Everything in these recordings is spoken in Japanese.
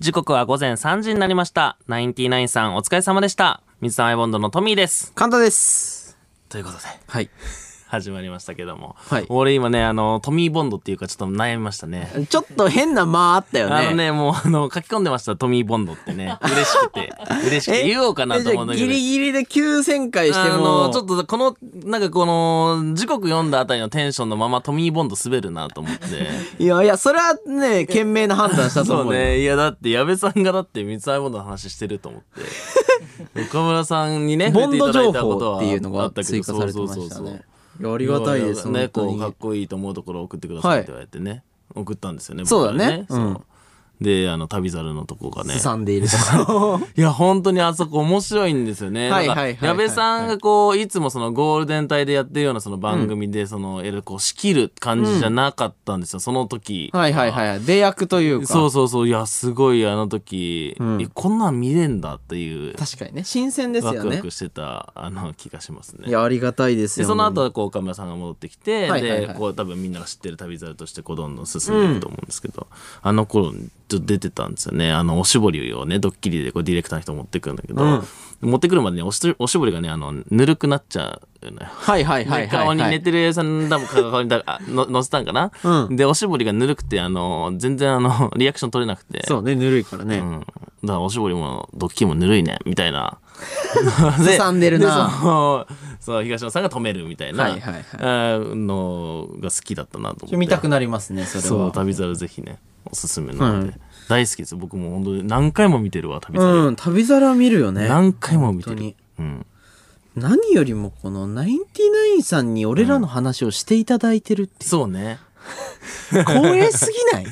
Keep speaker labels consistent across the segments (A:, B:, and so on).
A: 時刻は午前3時になりました。ナインティナインさんお疲れ様でした。水溜りボンドのトミーです。
B: 簡単です。
A: ということで、
B: はい。
A: 始まりましたけども。
B: はい
A: 俺今ね、あの、トミーボンドっていうかちょっと悩みましたね。
B: ちょっと変な間あったよね。
A: あのね、もうあの、書き込んでました、トミーボンドってね。嬉しくて、嬉しくて
B: え
A: 言おうかなと思うんだけ
B: じゃ
A: ど。
B: あギリギリで急旋回して
A: あ
B: も
A: の、ちょっとこの、なんかこの、時刻読んだあたりのテンションのままトミーボンド滑るなと思って。
B: いやいやそれはね賢明な判断した と
A: そ
B: 思
A: う
B: うよ
A: ね。いや、だって、矢部さんがだって、三沢ボンドの話してると思 って。岡村さんにね、
B: ボ
A: 触れて
B: ンド情
A: いただいたこと
B: 報
A: は
B: っていうの
A: あ
B: が
A: ったけど
B: 追加されてま
A: そうそ
B: した
A: うそう
B: ね
A: そう。
B: いやあ
A: あ
B: りがたいです
A: ね、こう、
B: 本当
A: かっ
B: に
A: こいいと思うところを送ってくださいって言われてね。送ったんですよね、
B: そうだね
A: 僕は
B: うん
A: そうで、あの、旅猿のとこがね。
B: すさんでいるとこ
A: いや、本当にあそこ面白いんですよね。
B: は
A: ないん
B: は
A: か、
B: いはいはい
A: 矢部さんがこう、いつもそのゴールデン帯でやってるようなその番組で、その、いわゆるこう、仕切る感じじゃなかったんですよ、その時。
B: はいはいはい出役というか
A: そうそうそう。いや、すごいあの時、
B: うん
A: えこんなん見れんだっていう、
B: 確かにね新鮮です
A: ワ
B: よ
A: クワ
B: ね
A: クしてた、あの、気がしますね
B: い。やありがたいです
A: で
B: よ
A: その後
B: 本
A: はこう岡村さんが戻ってきて、
B: はいはいは
A: で
B: い
A: こう多分みんなが知ってる旅猿としてこうどんどん進んでいくと思うんですけど、あの頃ちょっと出てたんですよねあのおしぼりをねドッキリでこうディレクターの人持ってくるんだけど、持ってくるまでにおしおしぼりがねあのぬるくなっちゃうのよ。
B: 当にはいはいはい
A: で
B: は
A: 顔
B: い
A: に
B: は
A: 寝
B: い
A: てるさんだも顔にだあの乗せたんかな、
B: うん
A: でおしぼりがぬるくてあの全然あのリアクション取れなくて
B: そうねぬるいから
A: う
B: ね
A: ん、だからおしぼりもドッキリもぬるいねみたいな
B: すさんでるな
A: そのそう東野さんが止めるみたいな、
B: はいはいはい
A: あーのが好きだったなと思って
B: 見たくなりますねそれ
A: そう
B: は
A: 旅猿ぜひねおすすめなので、
B: うん
A: 大好きです僕も本当に何回も見てるわ旅猿、
B: うん旅皿見るよね
A: 何回も見て
B: 本当
A: る
B: に、
A: うん、
B: 何よりもこのナインティナインさんに俺らの話をしていただいてる って、
A: そうね
B: 光栄すぎない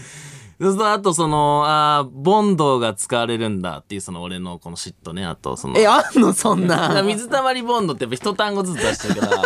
A: そうするとあとそのあーボンドが使われるんだっていうその俺のこの嫉妬ねあとその
B: え、あんのそん
A: だ から
B: な。
A: 水溜りボンドってやっぱ一単語ずつ出してるから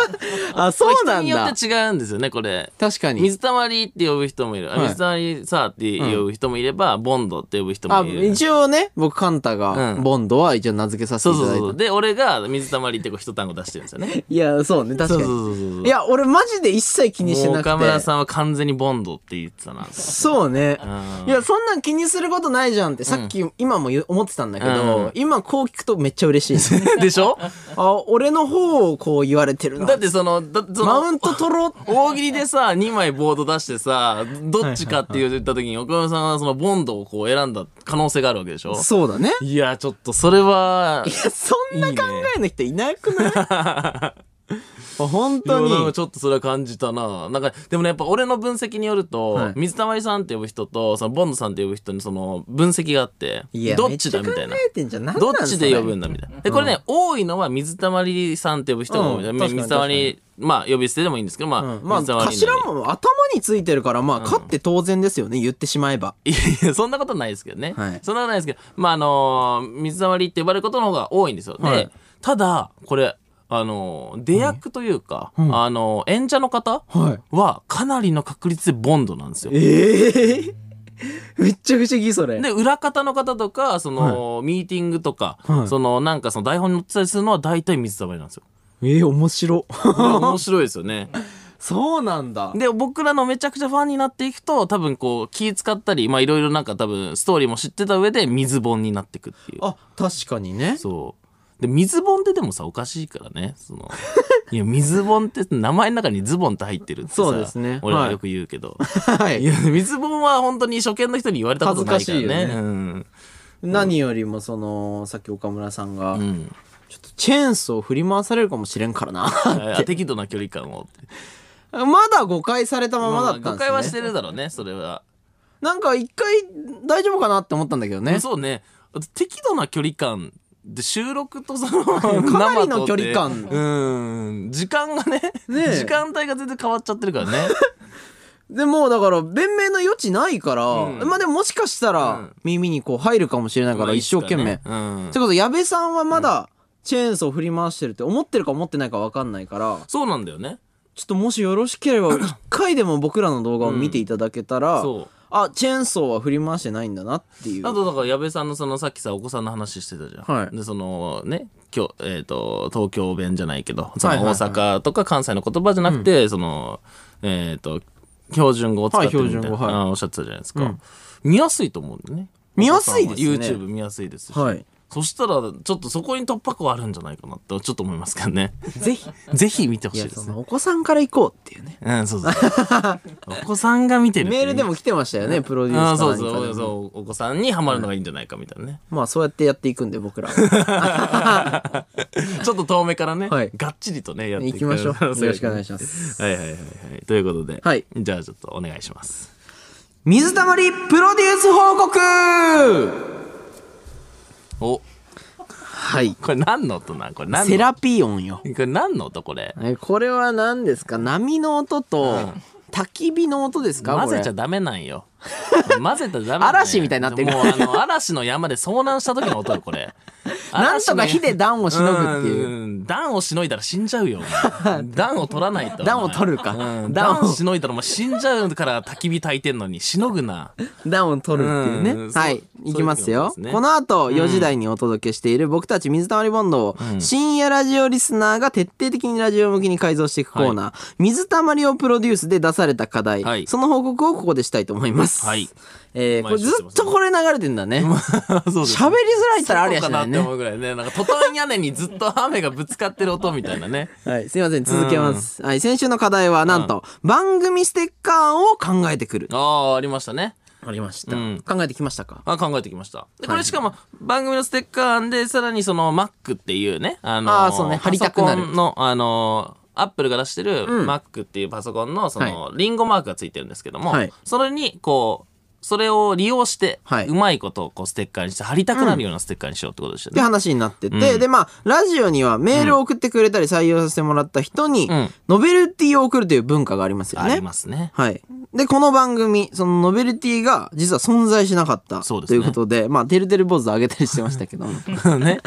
B: あ、 そうな
A: 人
B: ん
A: によ
B: だ
A: っ。て違うんですよねこれ
B: 確かに。
A: 水たまりって呼ぶ人もいる。あ
B: はい
A: 水たまりさって呼ぶ人もいれば、ボンドって呼ぶ人も
B: あ、
A: いる。
B: 一応ね、僕、カンタが、
A: うん
B: ボンドは一応名付けさせ
A: そ
B: て
A: う
B: いた
A: そうそ
B: だいた。
A: うそう。で、俺が水たまりってこう一単語出してるんですよね。
B: いや、そうね、確
A: そう
B: か
A: そう
B: に。
A: そうそう。
B: い、や、俺マジで一切気にして
A: もう
B: なくて。
A: 岡村さんは完全にボンドって言ってた な。
B: そうね。
A: うん
B: いや、そんなん気にすることないじゃんって、さっき、今も言う思ってたんだけ
A: うん
B: ど、今こう聞くとめっちゃ 嬉しいね。
A: でしょ
B: あ、俺の方をこう言われてるな
A: だっ。てその、だその
B: マウント取ろう。
A: 大喜利でさ、2枚ボード出してさ、どっちかって言った時に岡村さんはそのボンドをこう選んだ可能性があるわけでしょ
B: そうだね。
A: いや、ちょっとそれは、
B: いや、そんな考えの人いなくないあ本当
A: いやなん
B: に
A: か。ちょっとそれは感じたななんかでもねやっぱ俺の分析によると、
B: はい
A: 水溜りさんって呼ぶ人とそのボンドさんって呼ぶ人にその分析があって
B: いや
A: どっちだみたいな
B: めっちゃ考えてんじゃんなんなん
A: どっちで呼ぶ
B: そ
A: んだみたいなでこれね、多いのは水溜りさんって呼ぶ人が多い、
B: うん
A: まあ
B: 確かに
A: 水溜りまあ呼び捨てでもいいんですけどまあ、
B: れうんまあ
A: 水溜り
B: 頭
A: なり
B: も頭についてるからまあ勝って当然ですよね言ってしまえば
A: いやいやそんなことないですけどね、
B: はい
A: そんなことないですけどまああのー水溜りって呼ばれることの方が多いんですよ、
B: は
A: で
B: い
A: ただこれあのー出役というか、あのー演者の方、
B: はい
A: はかなりの確率でボンドなんですよ。
B: ええ めっちゃ不思議それ
A: で裏方の方とかその、ミーティングとか、
B: はい
A: そのなんかその台本に載ってたりするのは大体水溜りなん ですよ。
B: ええ 面白
A: これ面白いですよね。
B: そうなんだ
A: で僕らのめちゃくちゃファンになっていくと多分こう気使ったりまあいろいろなんか多分ストーリーも知ってた上で水本になってくっていう。
B: あ確かにね
A: そうで水本ってでもさおかしいからねそのいや水本って名前の中にズボンって入ってるってさ
B: そうですね
A: 俺ら
B: はい
A: よく言うけど、、
B: はいい
A: や水本は本当に初見の人に言われたことないからね
B: 恥ずかしいよね
A: うん
B: 何よりもそのさっき岡村さんが
A: うん、
B: ちょっとチェーンソー振り回されるかもしれんからな
A: あ適度な距離感をって
B: まだ誤解されたままだったんですね
A: 誤解はしてるだろうねそれは、
B: なんか一回大丈夫かなって思ったんだけどね
A: そうね適度な距離感で収録とその
B: かなりの
A: 生とって
B: 距離感
A: うん時間がね
B: ねえ
A: 時間帯が全然変わっちゃってるからね
B: でもうだから弁明の余地ないから、
A: うん
B: まあでももしかした
A: う
B: ら
A: ん
B: 耳にこう入るかもしれないか
A: ま
B: ら
A: あ
B: 一生懸命。
A: いつかねうん
B: ってこと矢部さんはまだチェーンソー振り回してるって思ってるか思ってないか分かんないから
A: そうなんだよね
B: ちょっともしよろしけ れば一回でも僕らの動画を見ていただけたら、
A: そう
B: あチェーンソーは振り回してないんだなっていう
A: あとだから矢部さんのそのさっきさお子さんの話してたじゃん、
B: はい
A: でそのね今日、えー、と東京弁じゃないけどその
B: はいはい
A: 大
B: はい
A: 阪とか関西の言葉じゃなくて、そのえっ、と標準語を使ってるみたいな、
B: はい標準語はい
A: あおっしゃってたじゃないですか、見やすいと思うんだよね
B: 見やすいですね
A: YouTube 見やすいですし、
B: はい
A: そしたらちょっとそこに突破口あるんじゃないかなってちょっと思いますけどね
B: ぜひ
A: ぜひ見てほ
B: い
A: しい
B: や
A: で
B: そ
A: すね
B: のお子さんから行こうっていうね
A: うんそうそうお子さんが見てるってい
B: メ
A: う
B: ールでも来てましたよねプロデュ
A: あ
B: ー
A: あ
B: スか
A: そ
B: な
A: うん
B: かで
A: そうそうお子さんにはまるのがいいんじゃないかみたいなね、
B: まあそうやってやっていくんで僕らは
A: ちょっと遠目からね、
B: はい
A: がっちりとねやってい
B: 行き ましょうよろしくお願い
A: し
B: します
A: ますはいはいはいはいということで、
B: はい
A: じゃあちょっとお願いします
B: 水たまりプロデュース報告
A: お
B: はい
A: これ何の音なんこれ何の
B: セラピオンよ
A: これ何の音これ
B: えこれは何ですか波の音と焚き火の音ですか
A: 混
B: これ
A: ぜちゃダメなん よ混ぜたらダメなんよ
B: 嵐みたいになってる
A: もうあの嵐の山で遭難した時の音よこれ
B: なんとか火で暖をしのぐっていう。
A: う暖をしのいだら死んじゃうよ お前暖を取らないと
B: 暖を取るか
A: お前うん
B: 暖を
A: 暖をしのいだらもう死んじゃうから焚き火焚いてんのにしのぐな
B: 暖を取るっていうね。
A: うん
B: はい
A: そ。う
B: いきます
A: そういう
B: よ。
A: ことですね
B: この後、4時台にお届けしている僕たち水溜りボンドを、深夜ラジオリスナーが徹底的にラジオ向きに改造していくコーナー、水溜りをプロデュースで出された課題、
A: はい
B: その報告をここでしたいと思います。
A: はい。
B: えー、これずっとこれ流れてんだね。
A: そうです
B: 喋りづらいったらありやし
A: そう
B: な
A: か
B: い
A: なって
B: ね。
A: 思うぐらいねなんかトタン屋根にずっと雨がぶつかってる音みたいな ね
B: はい、すいません、続けます。はい、先週の課題は、なんと、番組ステッカーを考えてくる。
A: ああありましたね
B: ありました
A: うん
B: 考えてきましたか
A: あ考えてきました。で、こ
B: は
A: れ
B: い
A: しかも番組のステッカー案で、さらにその Mac っていうね、あの
B: あーそうね貼りたくなる
A: パソコンの、あのー、アップルが出してる Mac っていうパソコンの、その、リンゴマークがついてるんですけども、
B: はい
A: それに、こう、それを利用して、
B: はいう
A: まいことをこうステッカーにして、貼りたくなるようなステッカーにしようってことでし
B: ったて
A: ね。
B: 話になってて、でまあラジオにはメールを送ってくれたり採用させてもらった人に、
A: うん
B: ノベルティを送るという文化がありますよ
A: あり
B: ね。
A: ますね。
B: はい、でこの番組そのノベルティが実は存在しなかった
A: そうです
B: と
A: ね
B: いうことでまあてるてる坊主あげたりしてましたけど
A: ね。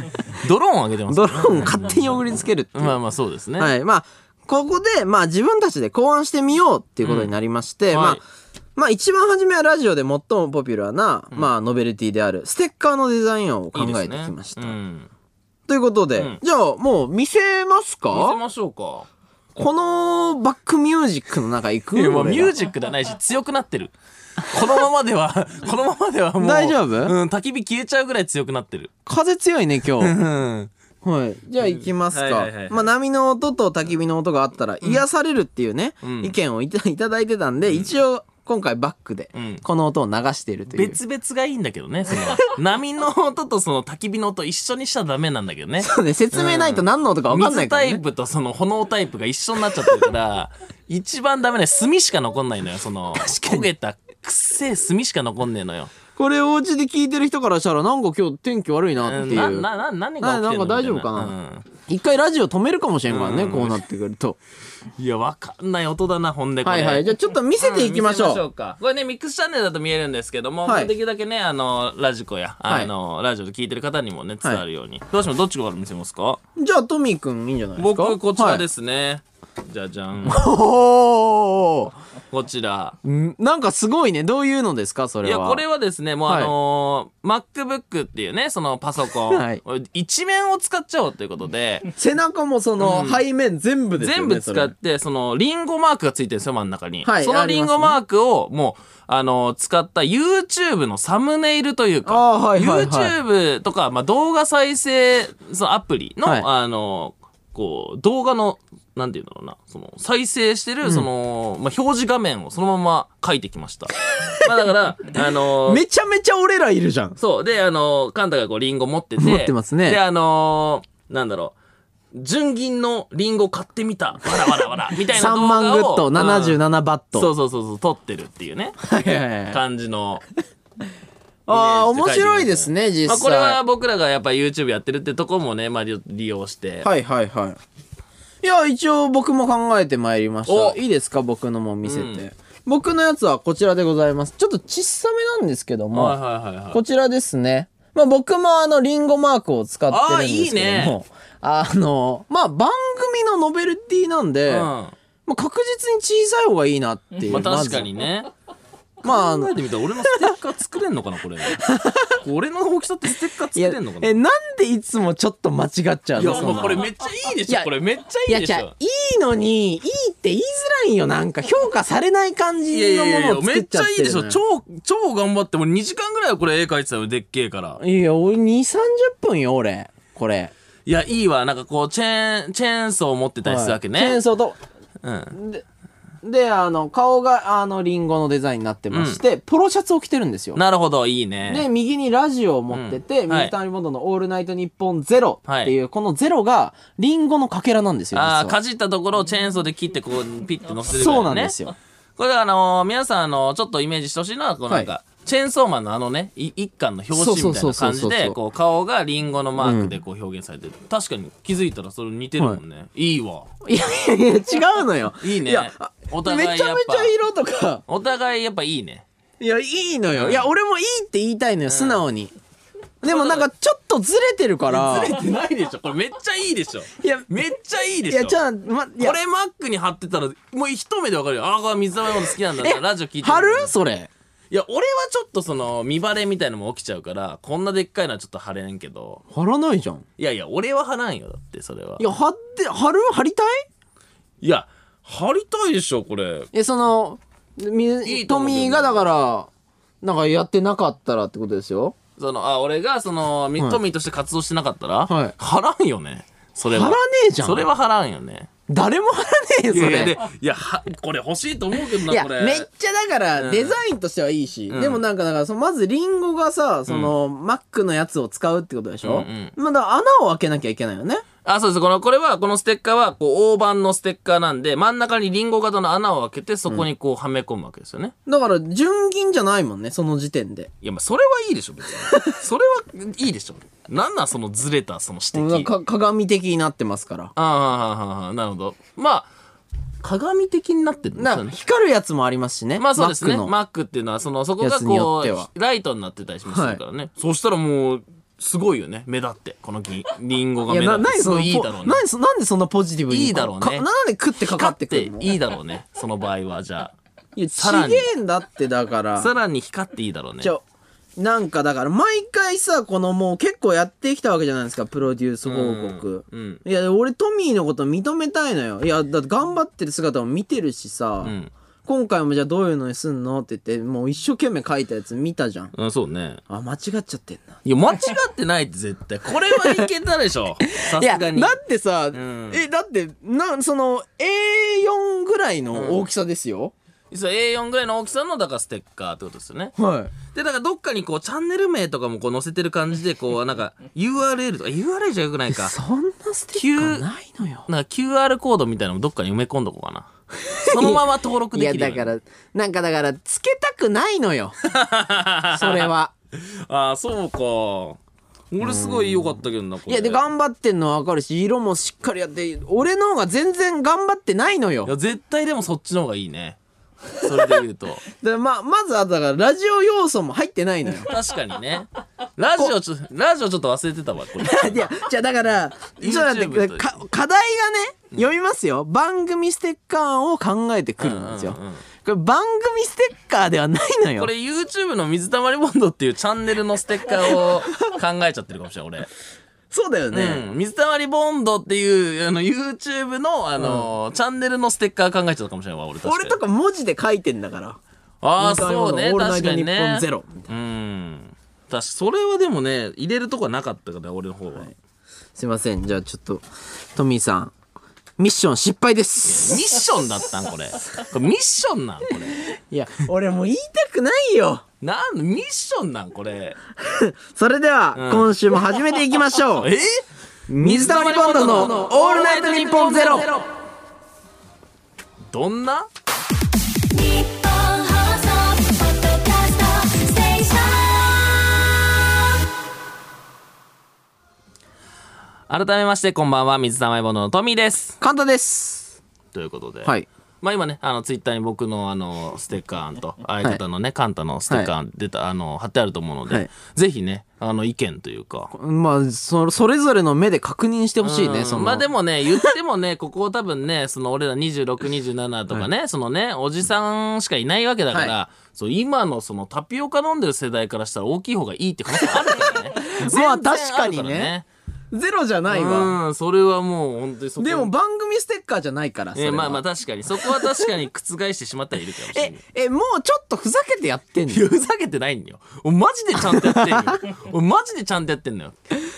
A: ドローンを上げてます。
B: ドローンを勝手に送りつけるっていう。
A: まあまあそうですね。
B: はい、まあここでまあ自分たちで考案してみようっていうことになりまして、
A: うん
B: まあ、
A: はい
B: まあ一番初めはラジオで最もポピュラーな、まあノベルティであるステッカーのデザイン案を考
A: いいです
B: えて
A: ね
B: きました。
A: うん。
B: ということで、
A: うん
B: じゃあもう見せま
A: 見せ
B: すか
A: ましょうか。
B: このバックミュージックの中行く
A: いやもうミ
B: 俺
A: ュー
B: ら
A: ジックじゃないし強くなってるこのままではこのままではもう
B: 大丈夫
A: うん、焚き火消えちゃうぐらい強くなってる
B: 風強いね 今日
A: うん
B: はいじゃあ行きます
A: はい
B: か
A: はいはいはい
B: まあ波の音と焚き火の音があったら癒されるっていうね、意見をいたいただいてたんで、一応今回バックで
A: ん
B: この音を流しているという、
A: 別々がいいんだけどねその波の音とその焚き火の音一緒にしちゃダメなんだけ どね
B: そうね説明ないと何の音か分かんな
A: 水
B: いか
A: タ
B: ら、
A: イ
B: ね、
A: プとその炎タイプが一緒になっちゃってるから 一番ダメな炭しか残んないのよその焦げたくっせえ炭しか残んねえのよ
B: これお家で聞いてる人からしたらなんか今日天気悪いなっていう、
A: ななな何が起きてんの
B: ななんか大丈夫
A: みたい
B: かな一回ラジオ止めるかもしれんからね、
A: うん
B: こうなってくると
A: うんいやわかんない音だなほんでこ
B: は
A: れ
B: いはいじゃあちょっと見せていきましょう、
A: ん見せかこれね、ミックスチャンネルだと見えるんですけども、
B: はい
A: できるだけね、あの、ラジコや、
B: はい
A: あの、ラジオで聞いてる方にもね、伝わるように。どうしますどっちから見せますか
B: じゃあ、トミーくんいいんじゃないですか。
A: 僕、こちらですすね。じゃじゃん。
B: はい、お
A: こちら。
B: ーんなんかすごいね。どういうのですかそ
A: い
B: れは。
A: や、これはですね、もう
B: は
A: あ
B: い
A: のー MacBook っていうね、そのパソコン、
B: はい
A: 一面を使っちゃおうということで、
B: 背中もその、背面全部ですよ
A: 全
B: ね。
A: 部使
B: それ
A: って、その、リンゴマークがついてるんですよ、真ん中に。
B: はい
A: そ
B: あ
A: の
B: り
A: リ
B: ますね
A: ンゴマークを、もう、あの、使った YouTube のサムネイルというか、
B: あーはいはいはい
A: YouTube とか、まあ、動画再生、そのアプリの、
B: はい
A: あの、こう、動画の、なんていうんだろうな、その、再生してる、その、まあ、表示画面をそのまま書いてきま した。まあ、だから、あの、
B: めちゃめちゃ俺らいるじゃん。
A: そう。で、あの、カンタがこう、リンゴ持ってて。
B: 持ってますね
A: で、あのーなんだろう。純銀のリンゴ買ってみた。わらわらわ ら。みたいな
B: 3
A: 動画を。
B: 万グッド、
A: うん
B: 77バット。
A: そうそうそうそう、撮ってるっていう ね。
B: はいはいはい
A: 感じの。
B: ああ、
A: イメージで書いてみま
B: 面
A: した
B: 白いですね、実際。
A: まあ、これは僕らがやっぱ YouTube やってるってとこもね、まあ、利利用して。
B: はいはいはい。いや、一応僕も考えてまいりました
A: お。
B: いいですか僕のも見せて、
A: うん
B: 僕のやつはこちらでございます。ちょっと小さめなんですけども。
A: はいはいはいはい。
B: こちらですね。まあ僕もあの、リンゴマークを使ってるんですけども、あの、まあ番組のノベルティなんで、
A: うん。
B: まあ確実に小さい方がいいなっていう。
A: まあ、確かにね。
B: ままああの
A: 考えてみたら俺のステッカー作れんのかな これ俺の大きさってステッカー
B: いや
A: 作れんのかな
B: えなんでいつもちょっと間違っちゃう
A: いや
B: の
A: もう
B: そんなの
A: これめっちゃいいで
B: い
A: しょ
B: や
A: これめっち
B: い
A: ゃい
B: や
A: いで
B: じ
A: し
B: ゃ
A: ょ
B: あいいのにいいって言いづらいよなんか評価されない感
A: いやい
B: じの
A: やい
B: も
A: や
B: のを
A: め
B: 作っ
A: っ
B: ち
A: ち
B: ゃっ
A: ゃいい
B: て
A: で
B: る
A: し
B: の
A: ょ
B: よ
A: 超超頑張って俺2時間ぐらいはこれ絵描いてたよでっけえから
B: いや俺230分よ俺これ
A: いやいいわなんかこうチェーンチェーンソーを持ってたりするわけね、
B: はいチェーンソーと
A: うん
B: であの顔があのリンゴのデザインになってまして、ポロシャツを着てるんですよ
A: なるほどいいね
B: で右にラジオを持ってて、
A: うんはい
B: 水溜りボンドの「オールナイトニッポンゼロ
A: はい
B: っていう、このゼロがリンゴのかけらなんですよ
A: ああ、
B: 実
A: か
B: は
A: じったところをチェーンソーで切って、こう、ピッて乗せてるから
B: そ
A: ね。
B: うなんですよ。
A: これ、あのー皆さん、あのーちょっとイメージしてほしいのは、こう、なんか、
B: は
A: チェーンソーマンのあのね、い一巻の表紙みたい
B: そうそう
A: な
B: そう
A: 感
B: そ
A: じ
B: うそう
A: で、こう、顔がリンゴのマークでこう表現されてる。確かに気づいたらそれ似てるもんね。い、いわ。
B: いやいやいや違うのよ
A: いいね
B: や
A: お
B: め
A: 互い
B: ち
A: や
B: ゃ
A: っ
B: め
A: ぱ
B: ちゃ色とか
A: お互いやっぱいいね。
B: いやいいのよいや俺もいいって言いたいのよ素直に、でもなんかちょっとずれてるから
A: ずれてないでしょ。これめっちゃいいでしょ。
B: いや
A: めっちゃいいで
B: い
A: しょ。
B: やじゃあ、ま、いや
A: これマックに貼ってたら、もう一目でわかるよ。ああ、これ水溜りボンド好きなんだな。ラジオ聞いて
B: 貼
A: る
B: るそれ
A: いや、俺はちょっとその、見バレみたいのも起きちゃうから、こんなでっかいのはちょっと貼れんけど。
B: 貼らないじゃん
A: いやいや、俺は貼らんよ、だって、それは。
B: いや貼って貼る貼りたい
A: いや、貼りたいでしょ、これ。
B: えそのみ
A: いいと
B: ト
A: 思うけど
B: ミーがだからなんかやってなかったらってことですよ
A: その、あ、俺が、その、ミットミーとして活動してなかったら、
B: はい
A: 貼らんよね。それは。
B: 貼らねえじゃん
A: それは貼らんよね。
B: 誰も貼らねえよ
A: い
B: そ
A: や
B: れ
A: いや、でいや、はこれ欲しいと思うけど
B: い
A: な、
B: や
A: これ。
B: めっちゃだからデザインとしてはいいし、でもなんかだからそのまずリンゴがさその、マックのやつを使うってことでしょ、
A: うん
B: まあだから穴を開けなきゃいけないよね
A: あ、そうです。この、これは、このステッカーは、こう、大判のステッカーなんで、真ん中にリンゴ型の穴を開けて、そこにこう、はめ込むわけですよね。
B: だから純銀じゃないもんねその時点で
A: いや、まあ、それはいいでしょ、別に。それはいいでしょ。なんなん、そのずれた、その指
B: なん
A: 摘。
B: か鏡的になってますから
A: ああ、はあはあなるほど。まあ、鏡的になってるんですよ
B: な
A: ね。
B: 光るやつもありますしね
A: まあそうですね。
B: マックの
A: マックっていうのは、その、そこ
B: や
A: が
B: つによ
A: こ
B: っては
A: う、ライトになってたりしますからね。そうしたらもう、すごいよね。目立って。この銀リンゴが
B: い
A: 目
B: や
A: 立
B: な
A: って。
B: 何
A: す
B: そ
A: ご
B: の
A: いいい
B: ポ
A: だろうね。
B: 何そなんでそんなポジティブに
A: いいだろうね
B: かなんで食ってかか
A: 光
B: っ
A: って
B: く
A: て
B: るの
A: いいだろうね。その場合は、じゃ
B: いや、
A: さら
B: ち
A: に
B: げえんだって、だか
A: あ。
B: ら。
A: さらに光っていいだろうね
B: ち。ょ、なんかだから、毎回さ、このもう結構やってきたわけじゃないですか、プロデュース報告。
A: うん。
B: いや、俺トミーのこと認めたいのよ。いや、だって頑張ってる姿も見てるしさ、
A: うん。
B: 今回もじゃあどういうのにすんのって言って、もう一生懸命書いたやつ見たじゃん。
A: うん、そうね。
B: あ、間違っちゃってんな。
A: いや、間違ってないって絶対。これはいけたでしょ。さ
B: いや、
A: すがに。
B: だってさ、
A: ん
B: え、だって、なん、その、A4 ぐらいの大きさですよ。
A: そう A4 ぐらいの大きさのだからステッカーってことですよね。
B: はい。
A: でだからどっかにこうチャンネル名とかもこう載せてる感じでこうなん か URL とか URL じゃよくないか。
B: そんなステッカーないのよ。
A: なんか QR コードみたいなのもどっかに埋め込んどこうか な。そのまま登録
B: い
A: で
B: や
A: きるよう
B: だ
A: に。
B: からなんかだからつけたくない のよそれは
A: ああそうか。俺すごい良かったけどなこ
B: い
A: れ。
B: やで
A: い
B: 頑張ってんのは分かるし色もしっかりやって俺の方が全然頑張ってないのよ
A: や絶対でもそっちの方がいいね。それで言う と
B: でまあまずはだからラジオ要素も入ってない のよ
A: 確かにね。ラジオちょラジオちょっと忘れてたわこれ。
B: いやじゃあだからちょっと待っ
A: YouTube
B: て
A: と
B: か課題がね読みますよ番組ステッカーを考えてくるんです
A: う
B: よ
A: んうんうん
B: これ番組ステッカーではないのよ
A: これ YouTube の水溜りボンドっていうチャンネルのステッカーを考えちゃってるかもしれない俺。
B: そうだよね、
A: うん、水溜りボンドっていうあの YouTube の、あのチャンネルのステッカー考えちゃったかもしれないわ俺確かに
B: 俺とか文字で書いてんだから
A: ああ
B: 水溜り
A: そ
B: ボン
A: う
B: ド
A: ね
B: オールナイ
A: 確
B: ト
A: か
B: ニ
A: に
B: ッポ
A: ね
B: ンゼロ
A: うん確かそれはでもね入れるとこはなかったから俺の方は、ミ
B: すいません。じゃあちょっと、トミーさん、ミッション失敗で
A: ッ
B: す。
A: ションだったんこれこれミッションなんこれ
B: いや、俺もう言いたくないよ。
A: なんミッションなんこれ
B: それでは、今週も始めていきまし ょう。
A: え
B: 水溜りボンドのオールナイトニッポンゼロ。
A: どんな
C: 日本放送ポッドキャストステーション
A: 改めましてこんばんは水溜りボンドのトミーです
B: 簡単です。
A: ということで、
B: はい。
A: まあ今ね、あの、ツイッターに僕のあの、ステッカーと、相方のね、カンタのステッカー出た、あの、貼ってあると思うので、
B: はい
A: ぜひね、あの、意見というか。
B: まあそそれぞれの目で確認してほしい
A: うん
B: ねその
A: まあでもね、言ってもね、ここ多分ね、その俺ら26、27とかね、そのね、おじさんしかいないわけだから、
B: は。
A: そう、今のそのタピオカ飲んでる世代からしたら大きい方がいいって可能性あるからね
B: まあ
A: 全然るら
B: 確かにね。ゼロじゃないわ
A: うん、それはもう本当にそこ
B: でも、番組ステッカーじゃないからそれ
A: え
B: は
A: まあまあ確かに、そこは確かに覆してしまったらいるかもしれない
B: え。えもうちょっとふざけてやってん の
A: いや、ふざけてないんよ。俺マジでちゃんとやってんよ。俺マジでちゃんとやってんのよ。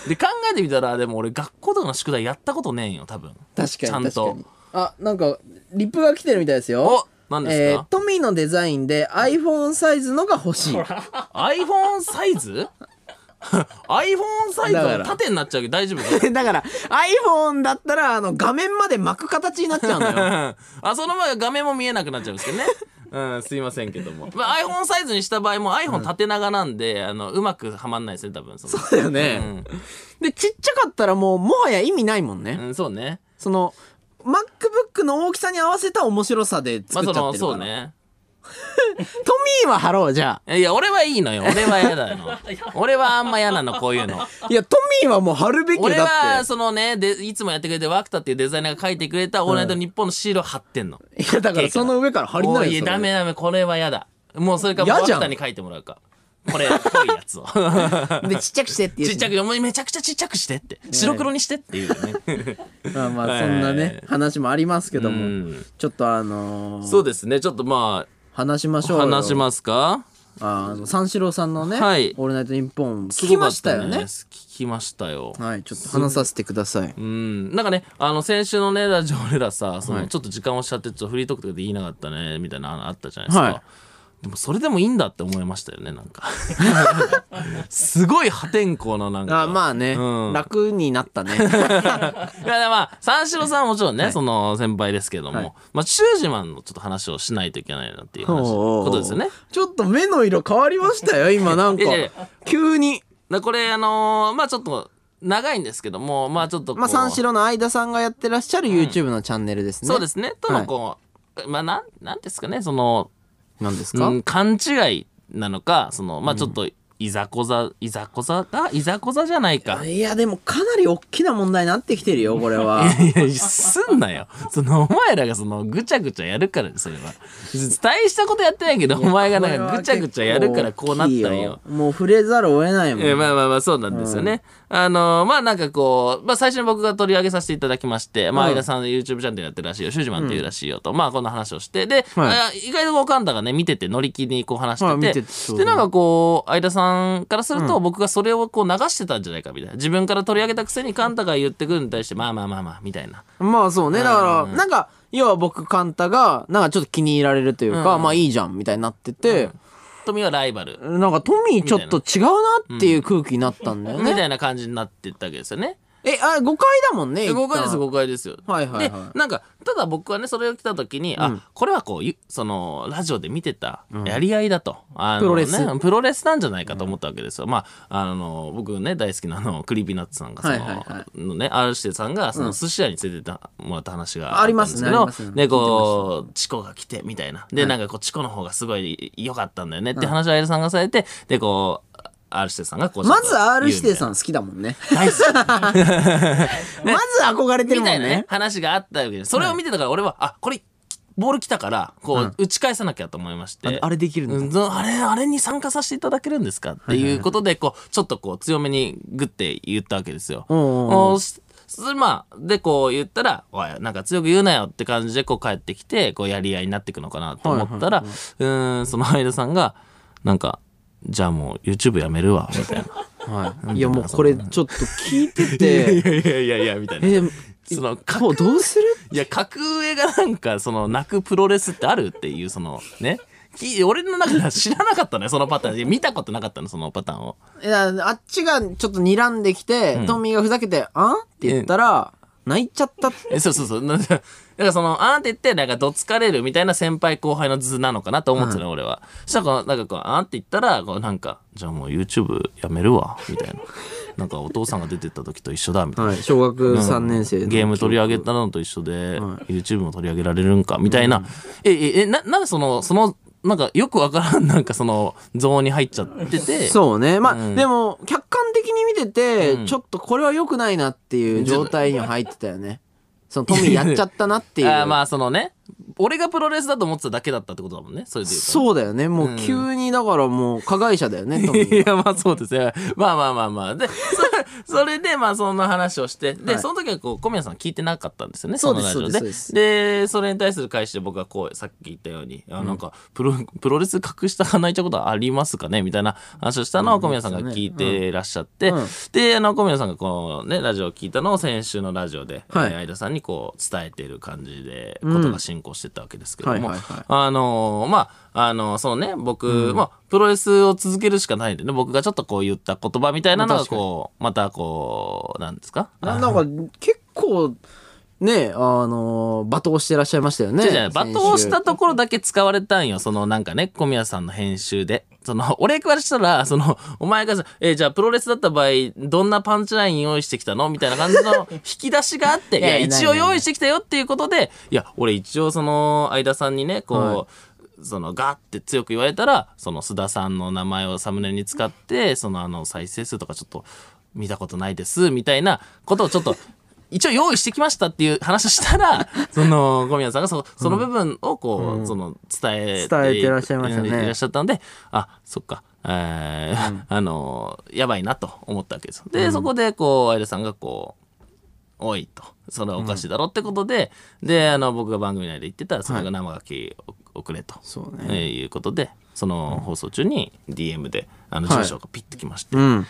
A: で、考えてみたら、でも俺学校とかの宿題やったことねえんよ、多分。
B: 確かに
A: ちゃんと
B: 確かにあなんかリップが来てるみたいですよ
A: お何ですか
B: えー、トミーのデザインで iPhone サイズのが欲しい
A: iPhone サイズ ?iPhone サイズ
B: だから
A: は縦になっちゃうけど大丈夫か
B: だから iPhone だったらあの画面まで巻く形になっちゃうのよ
A: あ、その場合は画面も見えなくなっちゃうんですけどね。うん、すいませんけども。まあ、iPhone サイズにした場合も iPhone 縦長なんで、あの、うまくはまんないですね、多分。その
B: そうだよね、でちっちゃかったらもうもはや意味ないもんね、
A: うん、そうね。
B: その MacBook の大きさに合わせた面白さで
A: まあ、
B: 作
A: そ
B: っちゃっ
A: の、
B: てる
A: そ
B: から、
A: うね。
B: トミーはハローじゃあ
A: いや、俺はいいのよ。俺は嫌だよ。俺はあんま嫌なの、こういうの。
B: いやトミーはもう貼るべきよ
A: 俺
B: だって
A: はそのねでいつもやってくれてるワクタっていうデザイナーが書いてくれた「オールナイトニッポン」のシールを貼ってんの。
B: いやだからその上から貼りな
A: お
B: よ
A: いいや
B: それ
A: ダメダメこれはやだもうそれかもう
B: や
A: ワ
B: じゃ
A: ク
B: ん
A: タに書いてもらうかこれっぽいやつを
B: でちっちゃくしてっていう
A: ちっちゃくもうめちゃくちゃちっちゃくしてって白黒にしてっていうね
B: まあまあそんなね話もありますけど
A: う
B: も
A: ん
B: ちょっとあのー
A: そうですねちょっとま
B: 話しまし
A: あ
B: ょうよ
A: 話しますか
B: あの三四郎さんのね「
A: はい
B: オールナイトニッポン」聞きましたよ
A: すごか
B: ね
A: っ聞きましたよ
B: はいちょっと話させてください
A: うん、なんかね、あの、先週のね、ラジオ俺らさ、その、ちょっと時間をしちゃって、ちょっとフリートークとかで言いなかったね、みたいなのあったじゃないですか。
B: はい
A: でも、それでもいいんだって思いましたよね、なんか。すごい破天荒な、なんか。
B: あまあね、
A: うん
B: 楽にな ったね
A: いや、まあ、三四郎さんはもちろんね、その、先輩ですけども、
B: はい
A: まあ、シュージマンのちょっと話をしないといけないなっていう話、ことですよね。
B: ちょっと目の色変わりましたよ今なんか
A: いやいやい
B: 急に
A: だこれ、あのーまあ、ちょっと、長いんですけども、まあ、ちょっとこう
B: まあ三四郎の相田さんがやってらっしゃる YouTube のチャンネルですね、
A: そうですね、とのこう、まあ、なん、なんですかね、その、
B: なんですか、
A: うん、勘違いなのかそのまあちょっといざこざいざこざがいざこざじゃないか。
B: いやでもかなり大きな問題になってきてるよこれは
A: いやすんなよそのお前らがそのぐちゃぐちゃやるからそれ は大したことやってないけどお前がなんかぐちゃぐちゃやるからこうなったんよ
B: もう触れざるを得ないもん、
A: えーまあまあまあそうなんですよね。あのーまあなんかこう、まあ最初に僕が取り上げさせていただきまして、まあ
B: うん
A: 相田さんの YouTube チャンネルやってるらしいよ、シュージマンっていうらしいよと、まあこんな話をして、で、
B: はい
A: あ意外とこうカンタがね、見てて乗り気にこう話
B: はい見
A: してて
B: てそう
A: て、で、なんかこう、相田さんからすると僕がそれをこう流してたんじゃないかみたいな。自分から取り上げたくせにカンタが言ってくるのに対して、まあまあまあまあ、みたいな。
B: まあそうね。だか
A: う
B: ら、
A: ん
B: なんか、要は僕、カンタが、なんかちょっと気に入られるというか、
A: うん
B: まあいいじゃん、みたいになってて、
A: 富はライバル。
B: なんかトミーちょっと違うなっていう空気になったんだよ
A: み
B: ね。
A: たいな感じになってったわけですよね。
B: え、あ、誤解だもんね。
A: 誤解です
B: 一旦
A: 誤解ですよ。
B: はいは
A: で
B: いはい
A: なんかただ僕はねそれを来た時に、
B: うん
A: あこれはこうゆそのラジオで見てたやり合いだと、あの
B: プロレス
A: ねプロレスなんじゃないかと思ったわけですよ。まああの僕ね大好きなあのク リーピーナッツさんがその、
B: はいはいは
A: のね R 指定さんがその寿司屋に連れてったもらった話が
B: あり
A: った
B: ま
A: んですす
B: ね
A: けど、
B: ありますね
A: でこうチコが来てみたいなで、なんかこうチコの方がすごい良かったんだよねって話をあやるさんがされてでこう R 指定さんがこう
B: まず R 指定
A: ん
B: さん好きだもんね。
A: 大好き
B: まず憧れてる
A: み
B: もん
A: たいなね
B: ね。
A: 話があったわけですそれを見てたから俺は、あこれボール来たからこう、打ち返さなきゃと思いまして
B: ああれできるんだ
A: うんそうあれあれに参加させていただけるんですかっていうことでこうちょっとこう強めにグッて言ったわけですよ。
B: うんうんうん
A: おしそまあでこう言ったら「おいなんか強く言うなよ」って感じでこう帰ってきてこうやり合いになっていくのかなと思ったら、うーんその相田さんがなんか「じゃあもう YouTube やめるわ」みたいな。
B: はい。いや、もうこれ、ちょっと聞いてて、
A: い やいやいやみたいな。
B: え、
A: その
B: もうどうする
A: いや、格上がなんか、その、泣くプロレスってあるっていう、その、ね。き俺の中では知らなかったね、そのパターン。いや見たことなかったの、そのパターンを。
B: いやあっちがちょっと睨んできて、トミーがふざけて、あんって言ったら、泣いちゃったって。
A: えそうそうそう。なんか、だからその、あーって言って、なんか、どつかれるみたいな先輩後輩の図なのかなと思ってたの、俺は。そしたらこう、なんかこう、あーって言ったら、こう、なんか、じゃあもう YouTube やめるわ、みたいな。なんかお父さんが出てった時と一緒だみたいな。
B: はい、小学
A: うん
B: 3年生の
A: ゲーム取り上げたのと一緒で、
B: は
A: YouTube も取り上げられるんかみたいな、えええななんでそのそのなんかよくわからん なんかそのゾーンに入っちゃってて
B: そうねまあ、
A: うん
B: でも客観的に見てて、
A: うん
B: ちょっとこれは良くないなっていう状態には入ってたよねそのトミーやっちゃったなってい う
A: あーまあそのね俺がプロレスだと思ってただけだったってことだもんねそれで言うと
B: そうだよねも
A: う
B: うん急にだからもう加害者だよねトミ
A: い
B: ー
A: やまあそうですねまあまあまあまあでそ それでまあそんな話をしてで、
B: はい
A: その時はこう小宮さん聞いてなかったんですよね
B: そう
A: の
B: です
A: ラジオ
B: そうですそう
A: でそれに対する返しで僕はこうさっき言ったように、あなんかプロプロレス隠した泣いちゃうことはありますかねみたいな話をしたのを小宮さんが聞いてらっしゃって、
B: うんうん
A: であの小宮さんがこのねラジオを聞いたのを先週のラジオで、
B: は
A: え
B: い
A: ー相田さんにこう伝えてる感じでことが進行してったわけですけども、
B: うんはいはいはい
A: あのーまあ、あのーそのね、僕、まあ、プロレスを続けるしかないんでね、僕がちょっとこう言った言葉みたいなの
B: まあ
A: が、
B: 確かに
A: こう、またこう、なんですか
B: ななんか結構ねあの罵倒してらっしゃいましたよね
A: 違う違う罵倒した
B: 先
A: ところだけ使われたんよ。そのなんかね、小宮さんの編集で。その、 俺からしたら、その、お前がさ、えーじゃあプロレスだった場合、どんなパンチライン用意してきたのみたいな感じの引き出しがあって、い
B: いや
A: や、
B: いや
A: 一
B: な
A: 応
B: いないない
A: 用意してきたよっていうことで、いや、俺一応その、相田さんにね、こう、
B: は
A: そのガッて強く言われたらその須田さんの名前をサムネに使ってそのあの再生数とかちょっと見たことないですみたいなことをちょっと 一応用意してきましたっていう話をしたら その小宮さんがそその部分をこう、その伝え
B: 伝えてらっしゃいましたね
A: いらっしゃったのであそっか。えー あのやばいなと思ったわけですよで、そこでこう相田さんがこうおいと、それはおかしいだろってことで、で、あの、僕が番組内で言ってたら、それが生書きをくれと、
B: そう
A: えーいうことで、その放送中に DM で、あの、
B: はい
A: 住所がピッときまして、
B: 週うん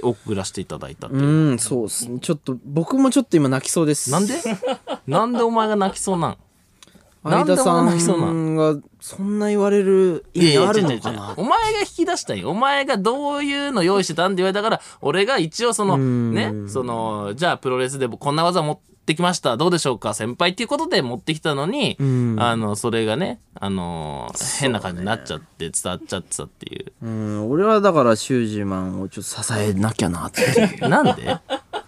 A: で、送らせていただいたっていう。
B: うんそうっすねちょっと僕もちょっと今泣きそうです
A: なんで なんでお前が泣きそうなんな
B: 相田
A: んでそんな
B: さ
A: 泣きそうなん
B: がそんな言われる意味あるのか
A: いやいや違う違う違う
B: な
A: お前が引き出したいお前がどういうの用意してたんって言われたから俺が一応その
B: ん
A: ねそのじゃあプロレスでこんな技持ってきましたどうでしょうか先輩っていうことで持ってきたのに
B: ん
A: あのそれがねあの変な感じになっちゃって伝わっちゃってたっていう
B: うん俺はだからシュージマンをちょっと支えなきゃなっていう
A: なんで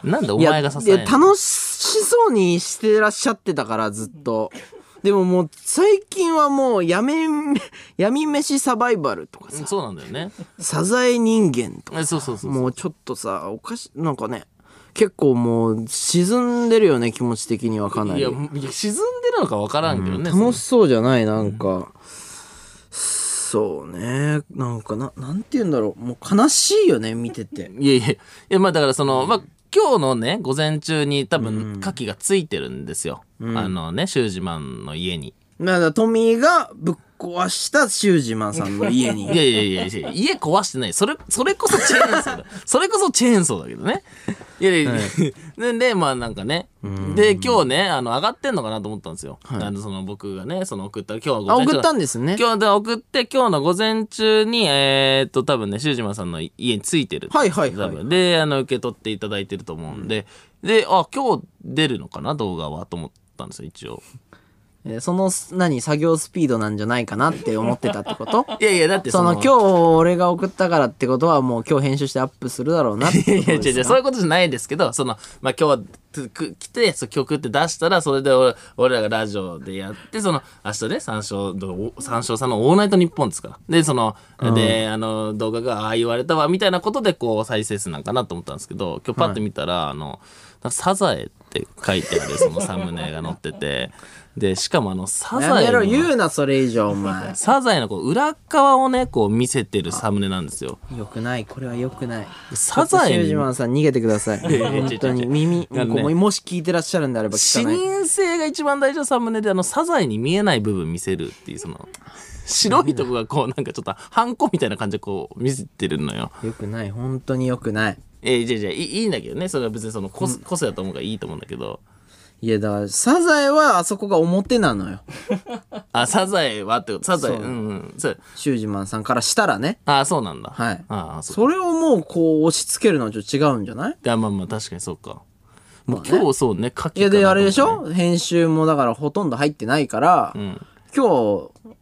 A: なん でお前が支
B: い
A: え
B: や
A: んの
B: いや楽しそうにしてらっしゃってたからずっとでももう最近はもう闇闇飯サバイバルとか
A: う
B: さ
A: んそうなんだよね
B: サザエ人間とか
A: えそうそうそうそう
B: もうちょっとさおかしなんかね結構もう沈んでるよね気持ち的にはかないり
A: やいや沈んでるのか分からんけどね、
B: 楽しそうじゃないなんか、そうねなんかななんて言うんだろうもう悲しいよね見てて
A: いやいや、いやまあだからその、まあ今日のね、午前中に多分、牡蠣がついてるんですよ。あのね、シュージマンの家に。
B: だからトミーがぶっ壊したシュージマンさんの家
A: い
B: に
A: やいやいや いや、家壊してない。それ、それこそチェーンソーだ。それこそチェーンソーだけどね。いやいや、でで、まあなんかね。で、今日ね、あの、上がってんのかなと思ったんですよ。あの、その僕がね、その送った、今日は午
B: あ
A: 前中
B: 送
A: だ
B: ったんですね
A: 今日で送って今日の午前中にえーっと多分ね修島さんの家に着いてる
B: はいはいはい
A: 多分であの受け取っていただいてると思うんで、であ今日出るのかな動画はと思ったんですよ一応
B: えーその何作業スピードなんじゃないかなって思ってたってこと
A: いやいやだって
B: その今日俺が送ったからってことはもう今日編集してアップするだろうなって
A: いや
B: こ
A: いや
B: と
A: 違う
B: で
A: 違う
B: す
A: そう
B: か
A: いうことじゃないですけどその、まあ、今日はく来てそう曲って出したらそれで俺俺らがラジオでやってその明日ね三章どお三章さんの「オールナイトニッポン」ですからでその、であの動画がああ言われたわみたいなことでこう再生数なんかなと思ったんですけど今日パッて見たら、あのなんかサザエって書いてあるそのサムネが載っててでしかもあのサ
B: や
A: ザエ
B: めろ
A: の
B: 言うなそれ以上お 前
A: サザエのこう裏側をねこう見せてるサムネなんですよ。
B: よくないこれはよくない
A: サザエ
B: シュ
A: に
B: ージマンさん逃げてください
A: やいや違う違う
B: 本当に耳
A: あのね
B: ここもし聞いてらっしゃるんであれば
A: 視
B: 聞かない
A: 認性が一番大事なサムネであのサザエに見えない部分見せるっていうそ の白いとこがこうなんかちょっとハンコみたいな感じでこう見せてるのよ。
B: よくない本当によくない
A: えー、じゃあじゃあいいいいんだけどねそれは別にその個,、個性だと思うからいいと思うんだけど
B: いやだからサザエはあそこが表なのよ
A: あサザエはってことサザエ
B: そう
A: うんうんそう
B: シュージマンさんからしたらね
A: あそうなんだ
B: はい
A: ああそう
B: それをもうこう押し付けるのはちょっと違うんじゃない
A: あまあまあ確かにそうかもう
B: まあね
A: 今日そうね書き
B: いやであれでしょ編集もだからほとんど入ってないから、
A: ん
B: 今日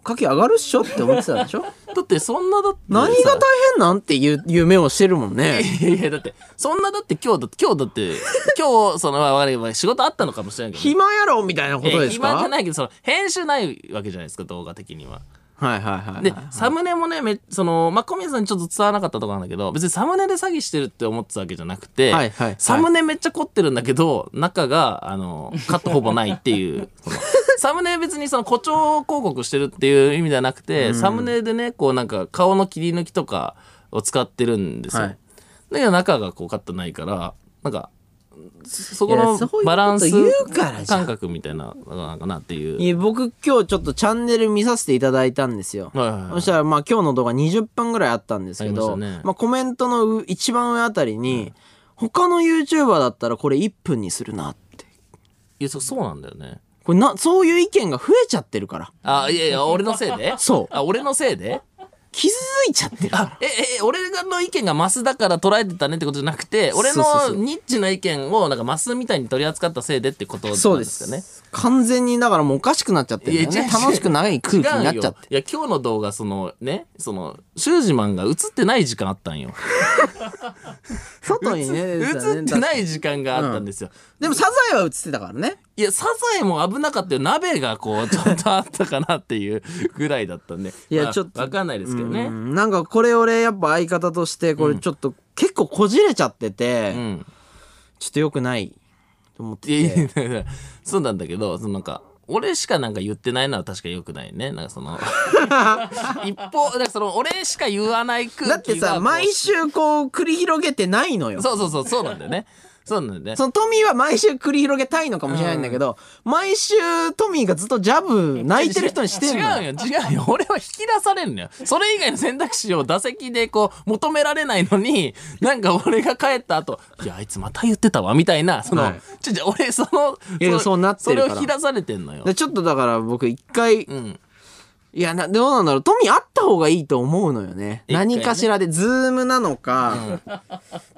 B: 牡蠣上がるっしょって思ってたでし ょ
A: だってそんなだって
B: 何 が大変なんていう夢をしてるもんね
A: いやいやだってそんなだって今日だって今日だって今日そのまあわかんない仕事あったのかもしれないけど、
B: 暇やろみたいなこと
A: え
B: ですか
A: 暇じゃないけどその編集ないわけじゃないですか動画的には。
B: はいはいはいはい
A: で、サムネもね、めその、まあ、小宮さんにちょっと伝わらなかったとこなんだけど、別にサムネで詐欺してるって思ってたわけじゃなくて、
B: はいはいはい
A: サムネめっちゃ凝ってるんだけど、中が、あの、カットほぼないって いう、このサムネ別にその誇張広告してるっていう意味ではなくて、サムネでね、こうなんか顔の切り抜きとかを使ってるんですよ。
B: はい
A: だけど中がこうカットないから、なんか、そそこ
B: い
A: の
B: やそういうこと
A: バランス
B: 言うからじゃ
A: 感
B: ん
A: 覚みたいなのなのかなっていう。
B: いや僕今日ちょっとチャンネル見させていただいたんですよ、
A: はいはいはい
B: そしたらまあ今日の動画20分ぐらいあったんですけ
A: あ
B: ど
A: りましたね
B: まあ、コメントのう一番上あたりに、他の YouTuber だったらこれ1分にするなって
A: いや、そそうなんだよね。
B: これなそういう意見が増えちゃってるから
A: あ、いやいや、俺のせい で
B: そう
A: あ、俺のせいで
B: 気づいちゃってるから
A: え、え、俺の意見がマスだから捉えてたねってことじゃなくて、俺
B: そうそう
A: の
B: そう
A: ニッチな意見をなんかマスみたいに取り扱ったせいでってことなんですか
B: そう
A: ね。
B: です完全にだからもうおかしくなっちゃってるんだよね
A: いや違う違う
B: 楽しくない空気になっちゃって
A: 違うよいや、今日の動画、そのね、その、シュージマンが映ってない時間あったんよ。
B: 外にね
A: 映ってない時間があったんですよ。
B: でもサザエは映ってたからね
A: いや、サザエも危なかったよ。鍋がこう、ちょっとあったかなっていうぐらいだったんで。
B: いや
A: まあ
B: ちょっと
A: わかんないですけど
B: う
A: ね。
B: んなんかこれ俺やっぱ相方としてこれちょっと結構こじれちゃってて、
A: うん。
B: ちょっと良くないと思って
A: いやいや
B: て。
A: いや そうなんだけど、そのなんか、俺しかなんか言ってないのは確か良くないね。なんかそ の、一方、なんかその、俺しか言わない空気
B: だ
A: が
B: ってさ、
A: こう
B: 毎週こう繰り広げてないのよ。
A: そ
B: そ
A: うそうそう、そうなんだよね。そうなんだよね。
B: のトミーは毎週繰り広げたいのかもしれないんだけど、毎週トミーがずっとジャブ泣いてる人にしてんのよ。
A: 違うよ、違うよ。 俺は引き出されんのよ。それ以外の選択肢を打席でこう、求められないのに、なんか俺が帰った後、いや、あいつまた言ってたわ、みたいな、その、
B: はい
A: ちょ、ちょ、俺その、
B: いや
A: の
B: そうなってるから
A: それを引き出されてんのよ。
B: でちょっとだから僕一回、
A: うん。
B: いやな、どうなんだろう。トミーあった方がいいと思うのよね。
A: 一回ね
B: 何かしらで、ズームなのか、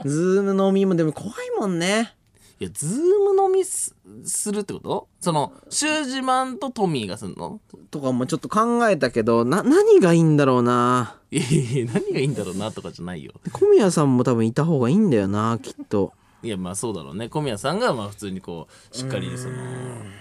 B: ズームのみも、でも怖いもんね。
A: いや、ズーム飲みすするってことその、シュージマンとトミーがすんの
B: とかもちょっと考えたけど、な、何がいいんだろうな。
A: いやいやいや何がいいんだろうなとかじゃないよ。
B: 小宮さんも多分いた方がいいんだよな、きっと。
A: いや、まあそうだろうね。小宮さんが、まあ普通にこう、しっかり、その、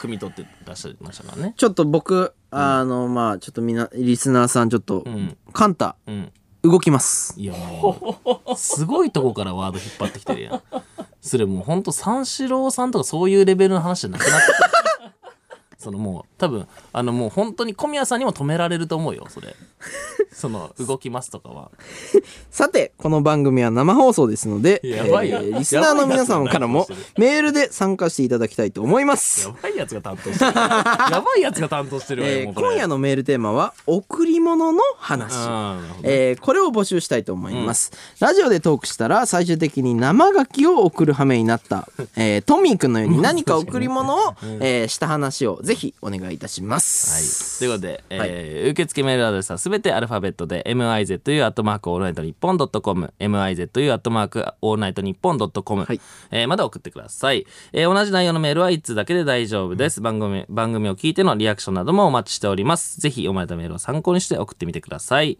A: 汲み取ってらっしゃいましたからね。
B: ちょっと僕、あの、まあ、ちょっとみんな、リスナーさん、ちょっと、
A: ん
B: カンタ、
A: うん。
B: 動きます。
A: いや、もう、すごいとこからワード引っ張ってきてるやん。それもうほんと三四郎さんとかそういうレベルの話じゃなくなってくるそのもう、多分、あのもう本当に小宮さんにも止められると思うよ、それ。その、動きますとかは。
B: さて、この番組は生放送ですので、
A: やばいよ
B: ーリスナーの皆さんからも
A: やばいやつ、
B: メールで参加していただきたいと思います
A: や。ばいやつが担当してる。 やばいやつが担当してるわよ、
B: え
A: も
B: ー
A: うこれ。
B: 今夜のメールテーマは「贈り物の話
A: あーなるほ」ど
B: えーこれを募集したいと思います、ラジオでトークしたら最終的に生ガキを送る羽目になった、えートミーくんのように何か贈り物を、えーした話をぜひお願いいたしま
A: はい
B: す、。
A: ということで、えー受付メールアドレスはすべてアルファベットで、mizu アットマークオールナイトニッポンドットコム、mizu アットマークオールナイトニッポンドットコム
B: はい、
A: えーまだ送ってください。えー同じ内容のメールは一通だけで大丈夫です。番組、番組を聞いてのリアクションなどもお待ちしております。ぜひ読まれたメールを参考にして送ってみてください。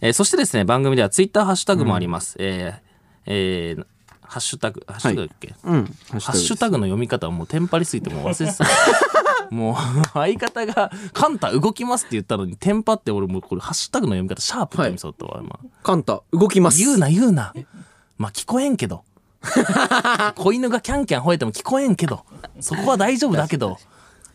A: えーそしてですね、番組ではツイッターハッシュタグもあります。えーえーハッシュタグ、ハッシュタグだっけ、
B: うん
A: ハッシュタグの読み方はもうテンパりすぎてもう忘れて た。もう相方が「カンタ動きます」って言ったのにテンパって俺もうこれハッシュタグの読み方シャープって読みそうだったわ、今
B: カンタ動きます
A: 言うな言うなまあ聞こえんけど子犬がキャンキャン吠えても聞こえんけどそこは大丈夫だけど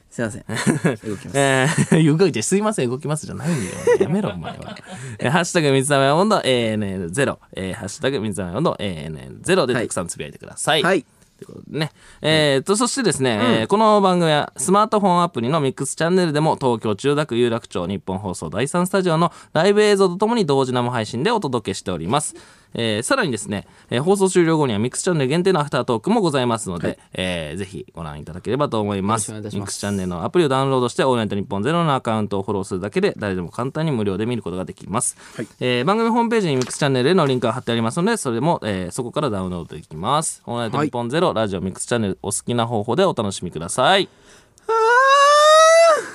B: すいません 動きます
A: えー、動いて、すいません、動きますじゃないんだよ。やめろ、お前は。えーハッシュタグ水溜り温度 ANN0。えーハッシュタグ水溜り温度 ANN0 で
B: はい
A: たくさんつぶやいてください。
B: はい
A: ということでね。えーと、そしてですね、えーこの番組はスマートフォンアプリのミックスチャンネルでも東京千代田区有楽町日本放送第3スタジオのライブ映像とともに同時生配信でお届けしております。えーさらにですね、えー放送終了後にはミックスチャンネル限定のアフタートークもございますので、えーぜひご覧いただければと思います。
B: よろしくお願いいたします
A: ミックスチャンネルのアプリをダウンロードして、オールナイトニッポンゼロのアカウントをフォローするだけで、誰でも簡単に無料で見ることができます。えー番組ホームページにミックスチャンネルへのリンクが貼ってありますので、それも、えーそこからダウンロードできます。オールナイトニッポンゼロ、ラジオミックスチャンネル、お好きな方法でお楽しみください。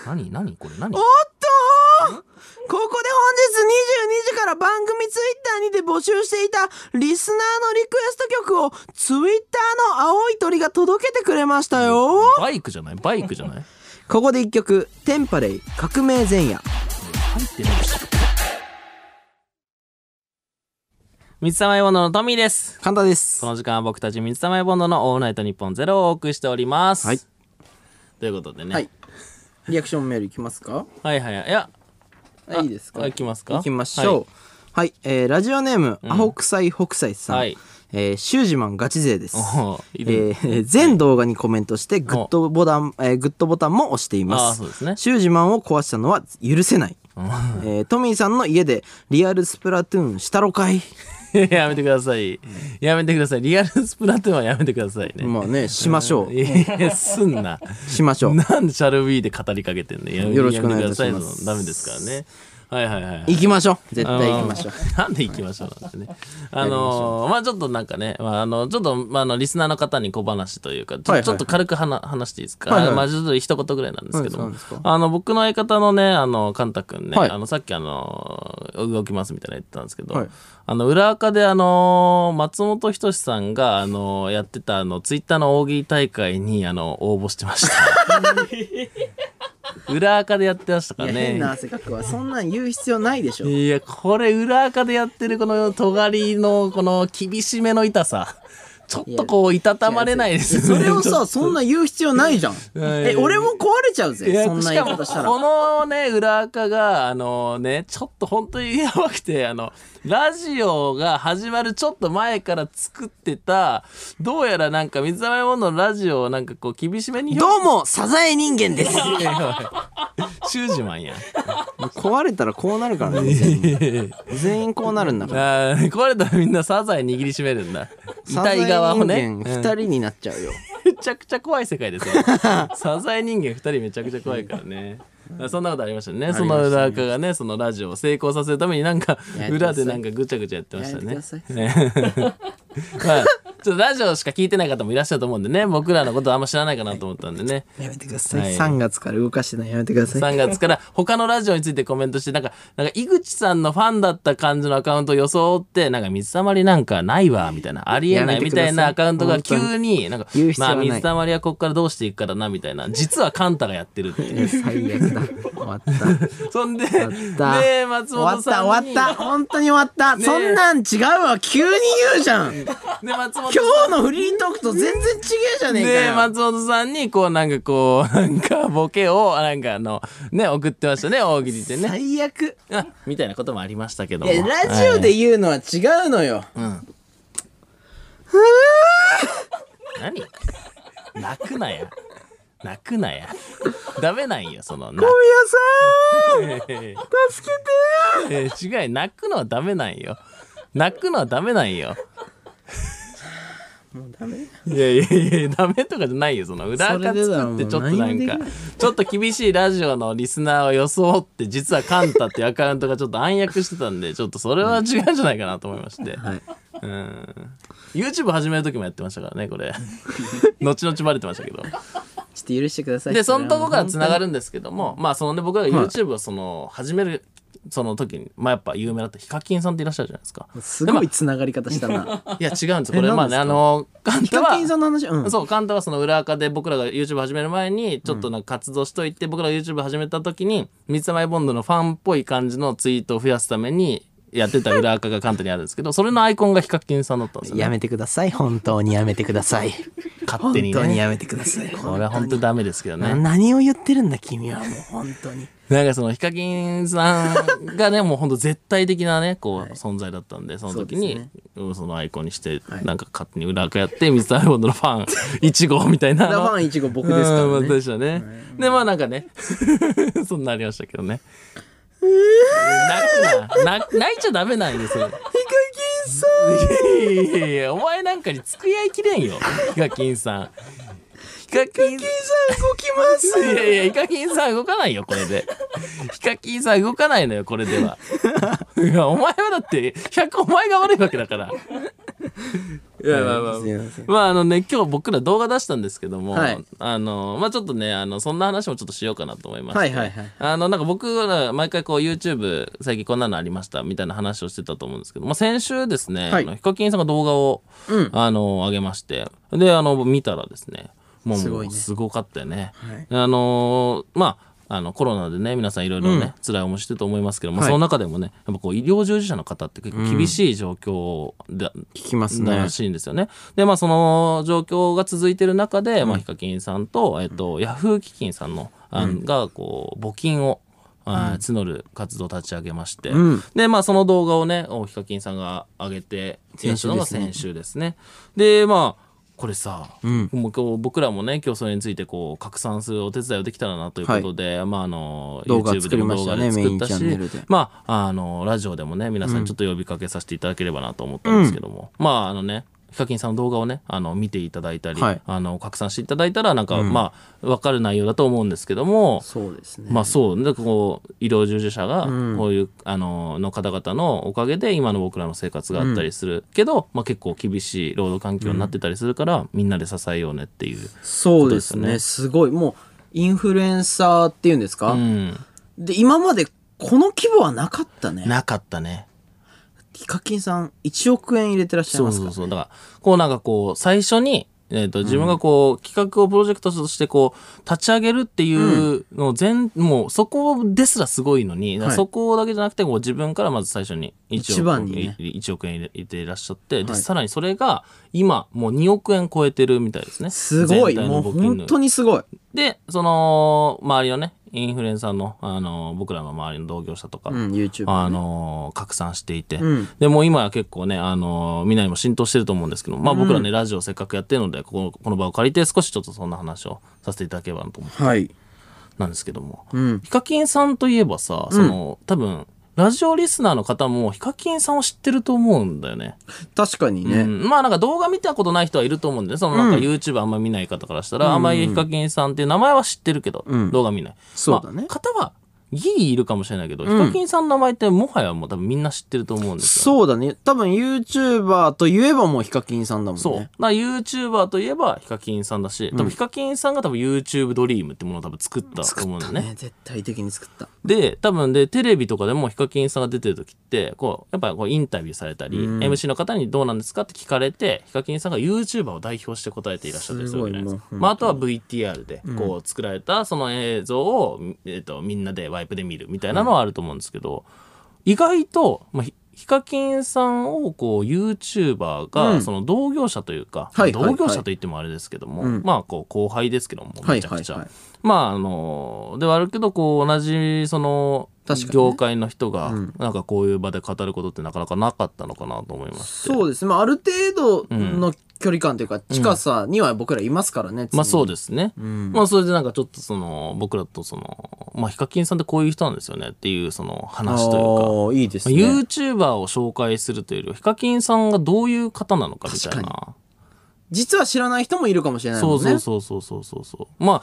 A: 何何これ何
B: おっとここで本日22時から番組ツイッターにて募集していたリスナーのリクエスト曲をツイッターの青い鳥が届けてくれましたよ
A: バイクじゃないバイクじゃない
B: ここで一曲「テンパレイ革命前夜
A: 入ってない水溜りボンドのトミーです」
B: 簡単です
A: この時間は僕たち水溜りボンドの「オールナイトニッポンゼロをお送りしております、
B: はい
A: ということでね、
B: はいリアクションメールいきますか
A: はいはいはいいや
B: あいいですか
A: いきますか
B: いきましょうはい、えーラジオネーム、アホ臭い北斎さん、
A: はい
B: えーシュージマンガチ勢です
A: おーい
B: え
A: るね
B: ー全動画にコメントしてグッドボタン、えーグッドボタンも押していま
A: あー
B: す
A: そうですね
B: シュージマンを壊したのは許せない、えートミーさんの家でリアルスプラトゥーンした ろかい
A: やめてくださいやめてくださいリアルスプラトゥーンはやめてくださいね、
B: まあねしましょ
A: いやいやすんな
B: うしましょう
A: なんでシャルビーで語りかけてんのやめ
B: よろしくお願いいたし
A: や
B: ます
A: めてくださいダメですからねはいはいはい
B: 行きましょう絶対行きましょ
A: あ
B: う
A: の なんで行きましょうなんてね。あのーまあちょっとなんかね、まあ、あの、ちょっと、まあ、あの、リスナーの方に小話というか、ちょ,、
B: はいはい
A: ちょっと軽くはな話していいですか、
B: はいはい
A: まあちょっと一言ぐらいなんですけども
B: 何ですか何です
A: あの、僕の相方のね、あの、カンタ君ね、
B: はい
A: あの、さっきあの、動きますみたいなの言ってたんですけど、
B: はい
A: あの、裏垢であの、松本人志さんが、あの、やってた、あの、ツイッターの大喜利大会に、あの、応募してま した。裏垢でやってましたから
B: いや
A: ね。
B: 変な汗かくわそんなん言う必要ない でしょ
A: いや、これ裏垢でやってるこの尖りのこの厳しめの痛さ。ちょっとこう、いたたまれないです
B: そ
A: よね。
B: れをさ、そんな言う必要ないじゃん。
A: やいや
B: え、俺も壊れちゃう
A: い
B: ぜ。
A: や
B: そんな言い方し
A: したからも。このね、裏垢が、あのね、ちょっと本当にやばくて、あの、ラジオが始まるちょっと前から作ってた、どうやらなんか水溜りボンドのラジオをなんかこう、厳しめに
B: どうも、サザエ人間 です。
A: いやいや シュージマン やん。
B: 壊れたらこうなるからね。全 員全員こうなるんだから。
A: あー壊れたらみんなサザエ握りしめるんだ。痛い側をね。
B: サザエ人間二人になっちゃうよ。
A: めちゃくちゃ怖い世界ですよ。 サザエ人間二人めちゃくちゃ怖いからね。そんなことありましたね。その裏垢がね、そのラジオを成功させるためになんか
B: や
A: 裏でなんかぐちゃぐちゃやってました
B: やめてく
A: ね。
B: ださい
A: ね はいちょっとラジオしか聞いてない方もいらっしゃると思うんでね、僕らのことあんま知らないかなと思ったんでね。
B: やめてくださ
A: はい
B: い。3月から動かしてないやめてください。
A: 3月 から他のラジオについてコメントして、なんか、なんか井口さんのファンだった感じのアカウントを装って、なんか水溜りなんかないわ、みたいな、ありえな
B: や
A: いみ
B: めてくだ
A: た
B: さい
A: いなアカウントが急に、なんか
B: 言う、必要
A: ま
B: は
A: あ
B: ない
A: 水溜りはここからどうしていくからな、みたいな、実はカンタがやって るっていう。
B: 最悪だ。終わ った。
A: そんで、で
B: た、
A: 松
B: 終わ
A: 本
B: っ
A: さ
B: た、
A: んに。
B: 終わった。本当に終わった。
A: ねえ
B: そんなん違うわ。急に言うじゃん。今
A: で、松本
B: 日のフリートークと全然違えじゃねえ
A: で、
B: かよ。
A: 松本さんに、こう、なんかこう、なんか、ボケを、なんかあの、ね、送ってましたね、大喜利でね。
B: 最悪。
A: あみたいなこともありましたけど
B: い
A: も。
B: やラジオで言うのは違うのよ。
A: 何泣くなや泣くなやダメなんよそのな
B: 小宮さん助け
A: えー違い泣くのはダメなんよ泣くのはダメなんよ
B: てダメ
A: いやいやいやダメとかじゃないよその裏
B: そ
A: 垢
B: れでだ
A: 作ってちょっと
B: もう
A: な
B: 何
A: ん
B: も
A: か
B: できない
A: ちょっと厳しいラジオのリスナーを装って実はカンタっていうアカウントがちょっと暗躍してたんでちょっとそれは違うんじゃないかなと思いまして、
B: はい。
A: うん YouTube 始める時もやってましたからねこ れ後々バレてましたけど
B: ちょっと許してください。
A: でそのとこからつながるんですけどもまあそのね僕が YouTube をその始めるその時にまあやっぱ有名だったヒカキンさんっていらっしゃるじゃないですか
B: すごいつながり方したな。
A: いや違うんですこれまあね
B: 何ですか
A: あのカン
B: ヒ
A: タ
B: カキンさ
A: は
B: んの話、うん。
A: そうカンタはその裏垢で僕らが YouTube 始める前にちょっとなんか活動しといて、僕らが YouTube 始めた時に三つ前ボンドのファンっぽい感じのツイートを増やすためにやってた裏垢がカンタにあるんですけどそれのアイコンがヒカキンさんだったんですよね
B: やめてください。本当にやめてください。
A: 勝
B: 本
A: 手に
B: 当に
A: ね
B: やめてください。
A: これは本当にダメですけどね
B: な何を言ってるんだ君はもう本当に。
A: なんかそのヒカキンさんがねもうほんと絶対的なねこう存在だったんでその時に
B: そううで
A: んそ,、のアイコンにして、
B: い
A: なんか勝手に裏垢やって水溜りボンドのフ ァン1号みたいな
B: ダファン1号僕ですから
A: うん
B: ね
A: まあ。でしたね、でまあなんかね そんなありましたけどね泣くな泣泣いちゃダメなんですよ
B: ヒカキンさ
A: いやいやいやお前なんかにつくやいきれんよヒカキンさんヒカキンさん
B: ん動きます
A: いやいや、ヒカキンさん動かないよ、これで。ヒカキンさん動かないのよ、これでは。いや、お前はだって、100お前が悪いわけだから。いやまあまあ
B: すいま せん
A: まああのね今日僕ら動画出したんですけども、
B: はい
A: あのまあちょっとねあのそんな話もちょっとしようかなと思いまして、
B: はいはいはい
A: あのなんか僕ら毎回こう YouTube 最近こんなのありましたみたいな話をしてたと思うんですけど、まあ、先週ですね、
B: はい
A: あのヒカキンさんが動画を、あの上げましてであの見たらですねもう
B: すごいね
A: すごかったよね。
B: はい
A: あのーまああのコロナでね皆さんいろいろね、辛い思いしてると思いますけど、まあ、
B: は
A: そ
B: い
A: の中でもねやっぱこう医療従事者の方って結構厳しい状況だ、
B: 聞きますね
A: らしいんですよね。で、まあ、その状況が続いてる中で、まあ、ヒカキンさんと、えっと、ヤフー基金さんの、あのが、こう、募金を、あー募る活動を立ち上げまして、
B: うん
A: で、まあ、その動画をね、おヒカキンさんが上げて、
B: 先週
A: やったのが
B: ですね
A: 先週ですね。で、まあ、これさ、
B: ん
A: もう今日僕らもね、今日それについてこう拡散するお手伝いをできたらなということで、まああの、
B: 動画
A: YouTube でも動画で
B: 作り
A: 作っ
B: ましたたね
A: し
B: メインチャンネルで、
A: まあ、あの、ラジオでもね、皆さんにちょっと呼びかけさせていただければなと思ったんですけども、まあ、あのね、ヒカキンさんの動画をね、あの、見ていただいたり、
B: はい
A: あの、拡散していただいたら、なんか、まあ、わかる内容だと思うんですけども、
B: そうですね
A: まあそう、なんかこう、医療従事者が、こういう、あの、の方々のおかげで、今の僕らの生活があったりするけど、まあ結構厳しい労働環境になってたりするから、みんなで支えようねっていう。
B: そうです
A: こと
B: ね
A: です
B: ごいもうインフルエンサーっていうんですか、
A: うん。
B: で今までこの規模はなかったね
A: なかったね。
B: ヒカキンさん1億円入れてらっしゃい
A: そ
B: ま
A: う
B: す
A: そ
B: か
A: うそう。だから、こうなんかこう、最初に、えっと自分がこう、企画をプロジェクトとしてこう立ち上げるっていうのを全、もうそこですらすごいのに、
B: はい
A: そこだけじゃなくてこう自分からまず最初に1億
B: 一番にね
A: い1億円入れ入れていらっしゃって、で
B: はい
A: さらにそれが今もう2億円超えてるみたいですね
B: すごい
A: 全体
B: も
A: の募
B: う
A: 金の
B: 本当にすごい
A: でその周りのねインフルエンサーのあの僕らの周りの同業者とか、
B: うん YouTube
A: あのー拡散していて、
B: ん
A: でもう今は結構ね、あのーみんなにも浸透してると思うんですけど、まあ、僕らね、ラジオせっかくやってるのでこのこの場を借りて少しちょっとそんな話をさせていただければなと思う
B: はい
A: なんですけども、
B: うん
A: ヒカキンさんといえばさその、多分ラジオリスナーの方もヒカキンさんを知ってると思うんだよね。
B: 確かにね、
A: うん、まあなんか動画見たことない人はいると思うんで、そのなんか YouTube あんま見ない方からしたら、あんまりヒカキンさんっていう名前は知ってるけど、
B: ん
A: 動画見ない。
B: そうだね
A: まあ、方はギリいるかもしれないけど、ヒカキンさんの名前ってもはやもう多分みんな知ってると思うんですよ。
B: そうだね多分 YouTuber といえばもうヒカキンさんだもんね
A: そう。だから YouTuber といえばヒカキンさんだし、多分ヒカキンさんが多分 YouTube ドリームってものを多分作ったと
B: 作
A: 思う
B: っ
A: んだ
B: た
A: よ
B: ね
A: ね。
B: 絶対的に作った
A: で、多分で、テレビとかでもヒカキンさんが出てる時って、こう、やっぱこうインタビューされたり、MC の方にどうなんですかって聞かれて、ヒカキンさんが YouTuber を代表して答えていらっしゃったりするわけじゃないです
B: す
A: か。まあ、あとは VTR で、こう、作られたその映像を、えっ、と、みんなでワイプで見るみたいなのはあると思うんですけど、意外と、まあ、ヒヒカキンさんをこう YouTuber
B: う
A: が
B: ん
A: その同業者というか、
B: はいはいは
A: 同
B: い
A: 業者と言ってもあれですけども、
B: うん
A: まあこう後輩ですけども
B: はい
A: めちゃ
B: はい
A: くちゃ、
B: はい
A: まああのではあるけどこう同じその
B: 確かにね
A: 業界の人がなんかこういう場で語ることってなかなかなかったのかなと思います
B: そうですね、まあ、ある程度の距離感というか近さには僕らいますからね、
A: まあそう
B: で
A: ですね、
B: ん
A: まあそれでなんかちょっとその僕らとそのまあヒカキンさんってこういう人なんですよねっていうその話というか。
B: いいですね、
A: ユーチューバーを紹介するというよりはヒカキンさんがどういう方なのかみたい
B: 確
A: な
B: 実は知らない人もいるかもしれないもん
A: そ
B: ね
A: うそうそうそうそうそうそうま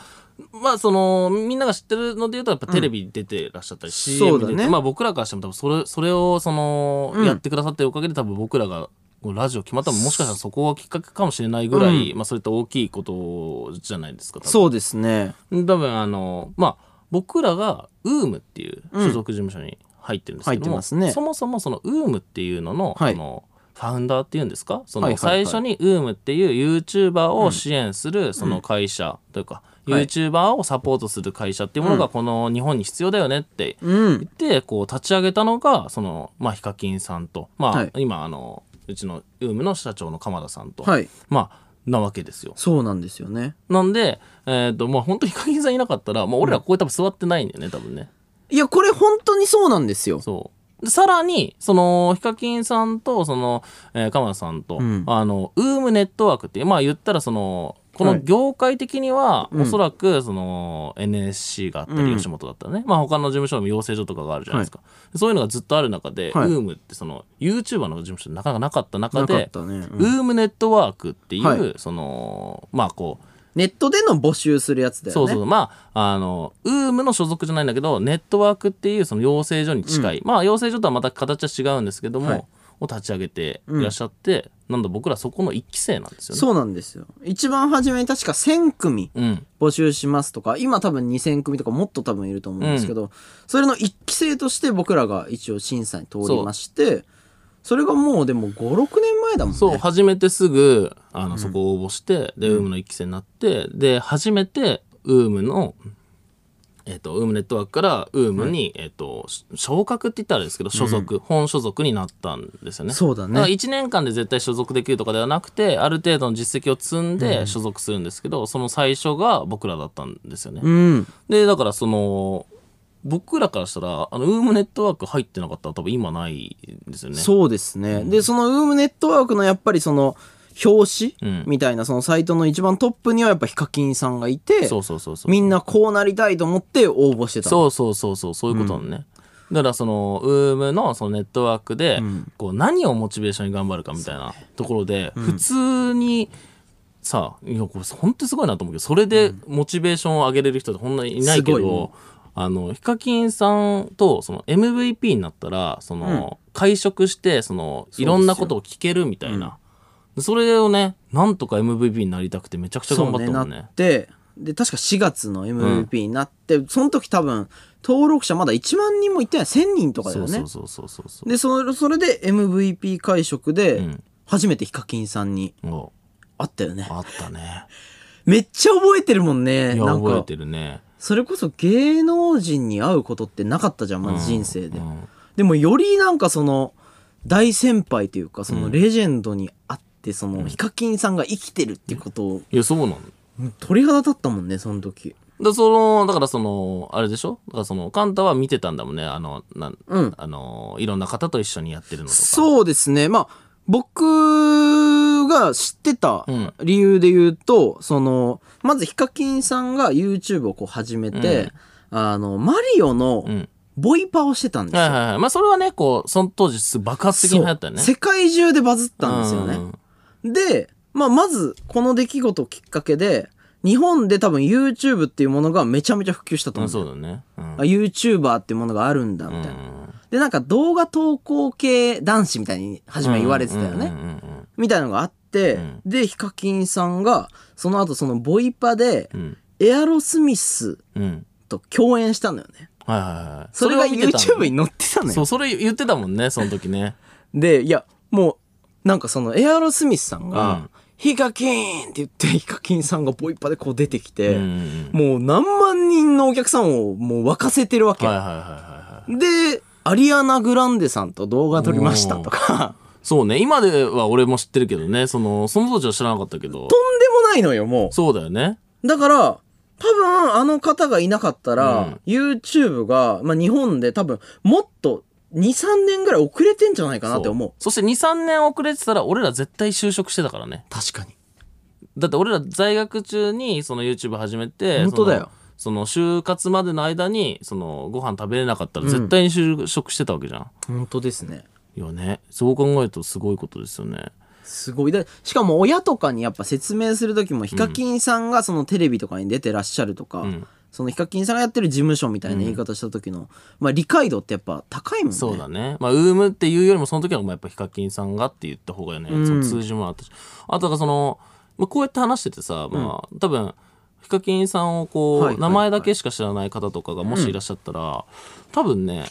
A: あまあそのみんなが知ってるので言うとやっぱテレビ出てらっしゃったり、
B: そ
A: CM
B: うだ
A: 出て、
B: ね
A: まあ僕らからしても多分それそれをその、
B: うん
A: やってくださってるおかげで多分僕らがこうラジオ決まったのももしかしたらそこがきっかけかもしれないぐらい、まあそれって大きいことじゃないですか多分
B: そうですね
A: 多分あのまあ僕らが UM っていう所属事務所に入ってるんですけど
B: 入って
A: も、
B: ますね
A: そもそもその UM っていうのの,、
B: はい
A: あのファウンダーっていうんですかそ
B: は
A: の
B: いはい
A: 最
B: はい
A: 初に UM っていう YouTuber を支援するその会社というか、
B: はい
A: YouTuber をサポートする会社っていうものがこの日本に必要だよねって
B: うん
A: 言ってこう立ち上げたのがそのまあヒカキンさんとまあ、
B: はい
A: 今あのうちの UM の社長の鎌田さんと、
B: はい
A: まあなわけですよ。
B: そうなんですよね
A: なんで、えっ、と、まあ、本当にヒカキンさんいなかったら、まあ、俺らここに多分座ってないんだよね、多分ね。
B: いやこれ本当にそうなんですよ
A: そう。でさらに、その、ヒカキンさんと、その、えー、鎌田さんと、
B: ん
A: あの、ウームネットワークっていう、まあ、言ったら、その、こ
B: は
A: の
B: い
A: 業界的には、
B: うん
A: おそらく、その、NSC があったり、
B: うん
A: 吉本だったらね、まあ、他の事務所でも養成所とかがあるじゃないですか。そういうのがずっとある中で、
B: はい
A: ウームって、その、YouTuber の事務所でなかなかなかった中
B: なか
A: で
B: っ、たね、うん
A: ウームネットワークっていう、
B: はい
A: その、まあ、こう、
B: ネットでの募集するやつだよね
A: そうそうまああのウームの所属じゃないんだけどネットワークっていうその養成所に近い、まあ養成所とはまた形は違うんですけども、
B: はい
A: を立ち上げていらっしゃって、なんだ僕らそこの一期生なんですよね。
B: そうなんですよ。一番初めに確か1000組
A: うん。
B: 募集しますとか、今多分2000組とかもっと多分いると思うんですけど、それの一期生として僕らが一応審査に通りまして、それがもうでも5、6年前だもんね。
A: そう、初めてすぐ、あの、そこを応募して、で、ウームの一期生になって、で、初めて、ウームの、えっ、と、ウームネットワークから、ウームに、えっ、と、し昇格って言ったらあれですけど、所属、本所属になったんですよね。
B: そうだね
A: から1年間で絶対所属できるとかではなくて、ある程度の実績を積んで所属するんですけど、その最初が僕らだったんですよね。
B: うん。
A: で、だからその、僕らからしたら、あの、ウームネットワーク入ってなかったら多分今ないんですよね。
B: そうですね。で、そのウームネットワークのやっぱりその、表
A: うん
B: 紙みたいな、そのサイトの一番トップにはやっぱヒカキンさんがいて、
A: そうそうそうそう。
B: みんなこうなりたいと思って応募してた。
A: そうそうそうそうそういうことなのね、だからそのウームのそのネットワークで、こう何をモチベーションに頑張るかみたいなところで、普通にさいやこれ本当にすごいなと思うけどそれでモチベーションを上げれる人ってほんないないけ
B: すごいね
A: どあのヒカキンさんとその MVP になったらその、会食してそのいろんなことを聞けるみたいな。でそれをね、なんとか MVP になりたくてめちゃくちゃ
B: そう
A: 頑張ったもん
B: な
A: ね
B: っ。てで確か4月の MVP になって、その時多分登録者まだ1万人もいってない1000人とかだ
A: そ
B: よ
A: う
B: ね
A: そうそうそうそうそう。
B: でそれそれで MVP 会食で
A: ん
B: 初めてヒカキンさんに
A: お
B: 会ったよね
A: あったね。
B: めっちゃ覚えてるもんね
A: いや
B: なん
A: 覚え
B: か
A: てるね。
B: それこそ芸能人に会うことってなかったじゃんまず人生で、
A: うん
B: でもよりなんかその大先輩というかそのレジェンドに会ってそのヒカキンさんが生きてるっていうことを
A: いや、そうなの。
B: 鳥肌立ったもんねその時
A: だその、だからその、あれでしょだからその、カンタは見てたんだもんね。あの、なん、
B: うん
A: あの、いろんな方と一緒にやってるのとか。う。
B: そうですね。まあ、僕が知ってた
A: うん
B: 理由で言うと、その、まずヒカキンさんが YouTube をこう始めて、あの、マリオの
A: うん。
B: ボイパをしてたんですよ。
A: はいはいはい。まあ、それはね、こう、その当時す、爆発的に流行ったよね。
B: そう世界中でバズったんですよ
A: う
B: ね。
A: ん
B: で、まあ、まず、この出来事をきっかけで、日本で多分 YouTube っていうものがめちゃめちゃ普及したと
A: うん。
B: 思う
A: そ
B: ん
A: う
B: だよ。
A: だね。うん
B: あ。YouTuber っていうものがあるんだ、みたいな。で、なんか動画投稿系男子みたいに初め言われてたよね。
A: うんうんうん
B: みたいなのがあって、
A: うん
B: で、ヒカキンさんが、その後そのボイパで
A: う、ん。
B: エアロスミス
A: うん。うん
B: と共演したのよね。
A: はいはいはい。
B: それが
A: を見てたの
B: YouTube に載ってたの
A: そ
B: よ。
A: う、それ言ってたもんね、その時ね。
B: で、いや、もう、なんかそのエアロスミスさんが、
A: うん
B: ヒカキンって言って、ヒカキンさんがボイパでこう出てき
A: うん
B: て、
A: うん
B: もう何万人のお客さんをもう沸かせてるわ
A: うん。
B: け。
A: はいはいはいはいはい。
B: で、アリアナ・グランデさんと動画撮りましたとか、
A: そうね、今では俺も知ってるけどね、その、その当時は知らなかったけど。
B: とんでもないのよ、もう。
A: そうだよね。
B: だから、多分あの方がいなかったら、
A: うん
B: YouTube が、まあ、日本で多分もっと2、3年ぐらい遅れてんじゃないかなって思う。
A: そして23年遅れてたら俺ら絶対就職してたからね
B: 確かに。
A: だって俺ら在学中にその YouTube 始めて
B: 本当だよ
A: そのその就活までの間にそのご飯食べれなかったら絶対に就職してたわけじゃん、
B: 本当ですね。
A: よねそう考えるとすごいことですよね
B: すごい。だしかも親とかにやっぱ説明する時も、ヒカキンさんがそのテレビとかに出てらっしゃるとか、
A: ん
B: そのヒカキンさんがやってる事務所みたいな言い方した時の、まあ理解度ってやっぱ高いもんね。
A: そうだね。まあ、ウームっていうよりも、その時はもうやっぱヒカキンさんがって言った方がね、その通じもあったし。あと、その、まあ、こうやって話しててさ、まあ、多分、ヒカキンさんをこう、
B: はいはい
A: 名前だけしか知らない方とかがもしいらっしゃったら、多分ね、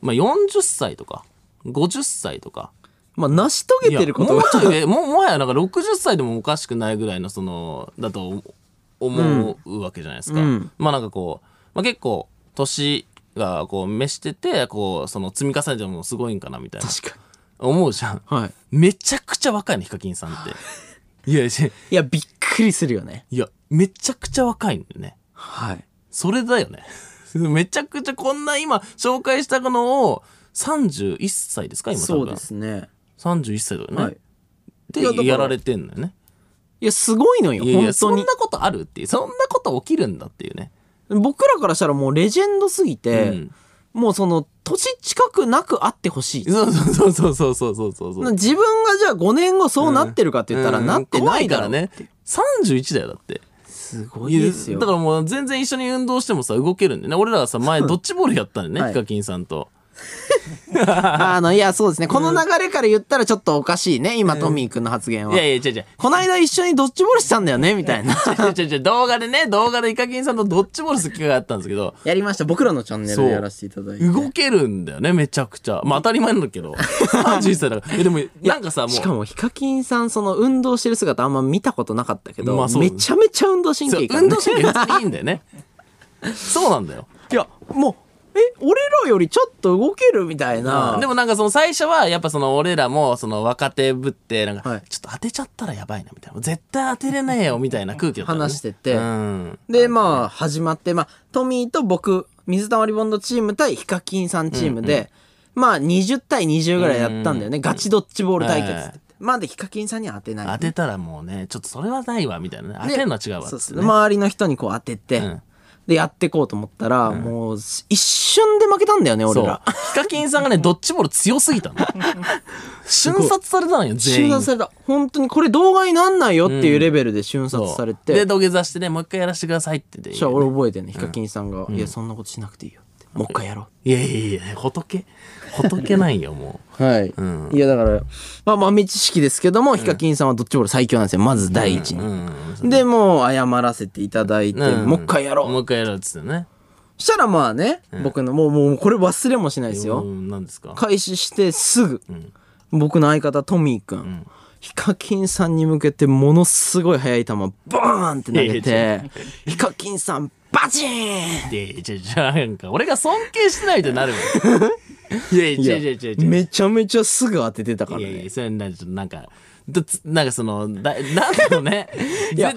A: まあ、40歳とか、50歳とか、
B: まあ成し遂
A: い
B: げ
A: や
B: てること
A: も
B: が
A: うちょい上ももはやなんか60歳でもおかしくないぐらいのそのだと思うわけじゃないですか、
B: うん
A: まあなんかこう、まあ、結構年がこう召しててこうその積み重ねてもすごいんかなみたいな
B: 確か
A: 思うじゃん
B: に。はい。
A: めちゃくちゃ若いのヒカキンさん っていやいや
B: いや、びっくりするよね。
A: いやめちゃくちゃ若いんだよね
B: はい。
A: それだよね めちゃくちゃこんな今紹介したのを31歳ですか今多分
B: そうですね。
A: 31歳だよね、
B: はい。いやだか
A: で
B: ら
A: やられてんのよね
B: いや、すごいのよ、
A: いやいや、
B: 本
A: そ
B: 当
A: ん
B: に
A: な。ことあるっていう、そんなこと起きるんだっていうね。
B: 僕らからしたらもうレジェンドすぎ
A: う
B: て、
A: ん
B: もうその、年近くなく会ってほしい。
A: そうそうそうそうそうそうそうそう。
B: 自分がじゃあ5年後そうなってるかって言ったら、
A: うん
B: なってないだ
A: 怖
B: ろう。
A: ね。31だよ、だって。
B: すごいですよ。
A: だからもう全然一緒に運動してもさ、動けるんでね。俺らはさ、前ドッジボールやったんでね、
B: はい
A: ヒカキンさんと。
B: あの、いや、そうですね。この流れから言ったらちょっとおかしいね。今、トミーくんの発言は。
A: いやいや、違う違う。
B: この間一緒にドッジボールしたんだよね、みたいな。
A: 違う違う違う動画でね、動画でイカキンさんとドッジボールする機会があったんですけど、
B: やりました。僕らのチャンネル
A: そう
B: でやらせていただいて。
A: 動けるんだよね、めちゃくちゃ。まあ当たり前なんだ けど。31歳だから。え、でも、なんかさ、もう。
B: しかも、ヒカキンさん、その運動してる姿あんま見たことなかったけど、
A: まあそう
B: めちゃめちゃ運動神
A: そう
B: 経いいから
A: 運
B: ね
A: 動神経普通にいいんだよね。そうなんだよ。
B: いや、もう、え、俺らよりちょっと動けるみたいな。
A: でもなんかその最初はやっぱその俺らもその若手ぶってなん
B: は
A: か
B: い
A: ちょっと当てちゃったらやばいなみたいな絶対当てれねえよみたいな空気だったのね
B: 話してて
A: うん
B: で、まあ、始まって、まあ、トミーと僕、水溜りボンドチーム対ヒカキンさんチームで、まあ、20対20ぐらいやったんだよね。ガチドッジボール対決って言って。まあ、で、ヒカキンさんには当てない。
A: 当てたらもうねちょっとそれはないわみたいなね当てるのは違うわっ
B: そう
A: つ
B: そ
A: って
B: う
A: ね
B: 周りの人にこう当てて、
A: うん
B: で、やってこうと思ったら、もう、一瞬で負けたんだよね、
A: そ
B: 俺
A: う
B: ら。
A: ヒカキンさんがねドッジボール強すぎたの瞬殺されたのよ全
B: 瞬
A: 員
B: 殺された。本当にこれ動画になんないよっていうレベルで瞬殺されて。
A: で土下座してねもう一回やらせてくださいって言って
B: じゃあ俺覚えてんね、ヒカキンさんが、いや、そんなことしなくていいよって。もう一回やろ
A: いやいやいや仏仏ないよもう
B: う。はい。
A: ん
B: いや、だから、まあ、豆知識ですけども、ヒカキンさんはどっちも俺最強なんですよ。まず第一に。
A: うん
B: で、もう謝らせていただい て、
A: うん
B: もう一回やろ
A: も
B: う。
A: う一回やろうっつってね
B: したらまあね、僕の、もう、もう、これ忘れもしないですよ。
A: うん何ですか
B: 開始してすぐ、僕の相方トミーくん、ヒカキンさんに向けてものすごい速い球バーンって投げ
A: いやいや
B: てヒカキンさんバチー
A: い
B: ン
A: やいや、じゃなんか、俺が尊敬してないってなる わ。いやいや、違う違う違う違う。
B: めちゃめちゃすぐ当ててたから
A: いやい
B: ね
A: や、それなんか、なんか、どつなんかその、だ、なんだろうね。絶対違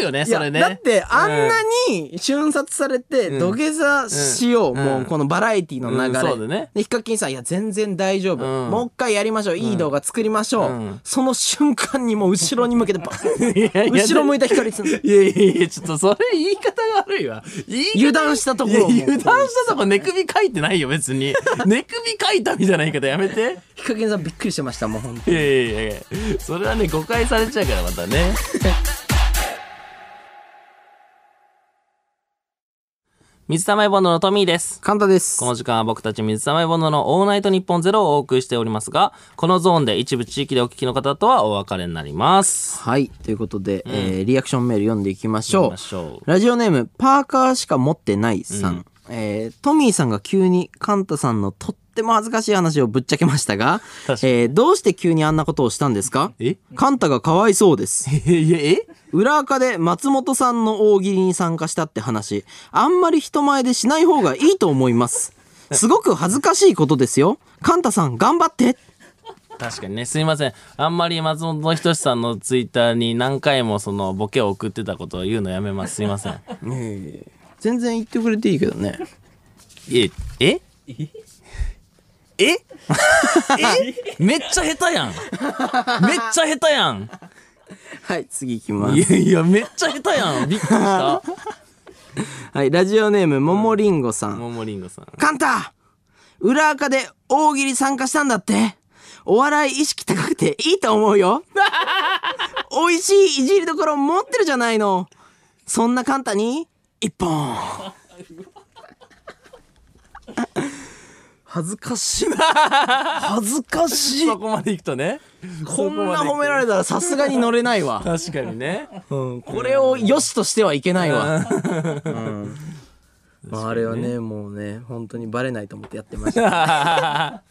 A: うよね、
B: いや
A: それね。
B: だってあんな
A: う
B: に瞬殺されて土下座しよう、もうこのバラエティの流れ、
A: うんそうだね
B: でヒカキンさんいや全然大丈夫、
A: うん
B: もう一回やりましょういい動画作りましょう、
A: うん
B: その瞬間にもう後ろに 向けてバーン
A: いやいや
B: 後ろ向いた光さん
A: いやいやいや、ちょっとそれ言い方が悪いわ。言い方
B: 油断したとこ
A: いや
B: ろをもう
A: 油断したとこ寝首書いてないよ、別 に。寝首書いたみたいな言い方やめて。
B: ヒカキンさんびっくりしてましたもう本当
A: いやいやいや、それはね、誤解されちゃうから、また ね。水溜りボンドのトミーです。
B: 簡単です
A: この時間は僕たち水溜りボンドのオールナイトニッポンゼロをお送りしておりますが、このゾーンで一部地域でお聞きの方とはお別れになります。
B: はいということで、えーリアクションメール読んでいきましょ
A: 行き
B: う
A: ましょう。
B: ラジオネームパーカーしか持ってないさん、えートミーさんが急にカンタさんのとっても恥ずかしい話をぶっちゃけましたが
A: 確、かに
B: えーどうして急にあんなことをしたんですか
A: え
B: カンタがかわいそうです
A: え、え、え
B: 裏垢で松本さんの大喜利に参加したって話あんまり人前でしない方がいいと思いますすごく恥ずかしいことですよカンタさん頑張って
A: 確かにね、すいません。あんまり松本人志さんのツイッターに何回もそのボケを送ってたことを言うのやめます。すいません。
B: 全然言ってくれていいけどね
A: え、えええめっちゃ下手やんめっちゃ下手やん
B: はい次行きます
A: いやいや、めっちゃ下手やんびっくりした。
B: はい、ラジオネーム、ももりんごさん。
A: ももりんごさん。
B: カンタ裏垢で大喜利参加したんだってお笑い意識高くていいと思う よ美味しいいじりどころ持ってるじゃないのそんなカンタに、一本 恥ずかしい。恥ずかしい。
A: そこまでいくとね。
B: こんな褒められたらさすがに乗れないわ。
A: 確かにね。
B: うん、これを良しとしてはいけないわ。うんまあ、あれはねもうね本当にバレないと思ってやってました早か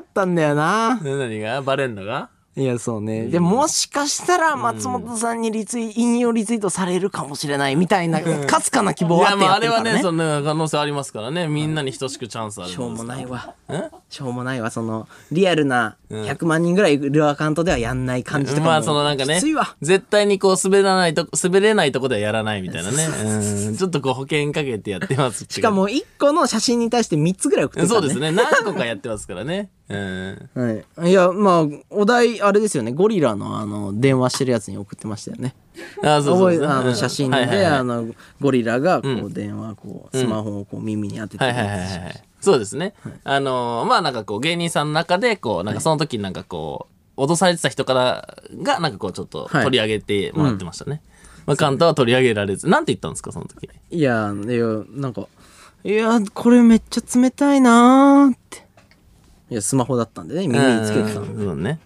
B: ったんだよな
A: 何がバレんのが
B: いやそうねでもしかしたら松本さんにリツイ引用リツイートされるかもしれないみたいなかすかな希望
A: い
B: はあ
A: や、
B: っ
A: ま
B: て
A: あ
B: や
A: あ
B: っ
A: れ
B: てるか
A: は
B: らね
A: ね、その可能性ありますからね。みんなに等しくチャンスある。
B: しょうもないわ
A: え
B: しょうもないわそのリアルな100万人ぐらいいるアカウントではやんない感じとかも
A: まあそのなんかね
B: きついわ、
A: 絶対にこう滑らないと、滑れないとこではやらないみたいなね。うんちょっとこう保険かけてやってます
B: し
A: し
B: かも1個の写真に対して3つぐらい送ってた
A: そ
B: ね
A: うですね。何個かやってますからね。うん。
B: はい。いや、まあ、お題、あれですよね。ゴリラの、あの、電話してるやつに送ってましたよね。
A: あ、そうそうそ
B: 覚え
A: う。
B: あの、写真で、
A: はいはいはい
B: あの、ゴリラが、こう、電話、こう、スマホをこう、耳に当てて
A: は
B: る
A: いはいはい
B: や
A: はい。そうですね。あのーまあなんかこう芸人さんの中で、こう、なんかその時になんかこう、脅されてた人からが、なんかこうちょっと
B: はい
A: 取り上げてもらってましたね。まあカンタは取り上げられず、なんて言ったんですか、その時。
B: つ。いや、いや、なんか、いや、これめっちゃ冷たいなーって。いや、スマホだったんでね、耳につけてたの。っ
A: うんそうね。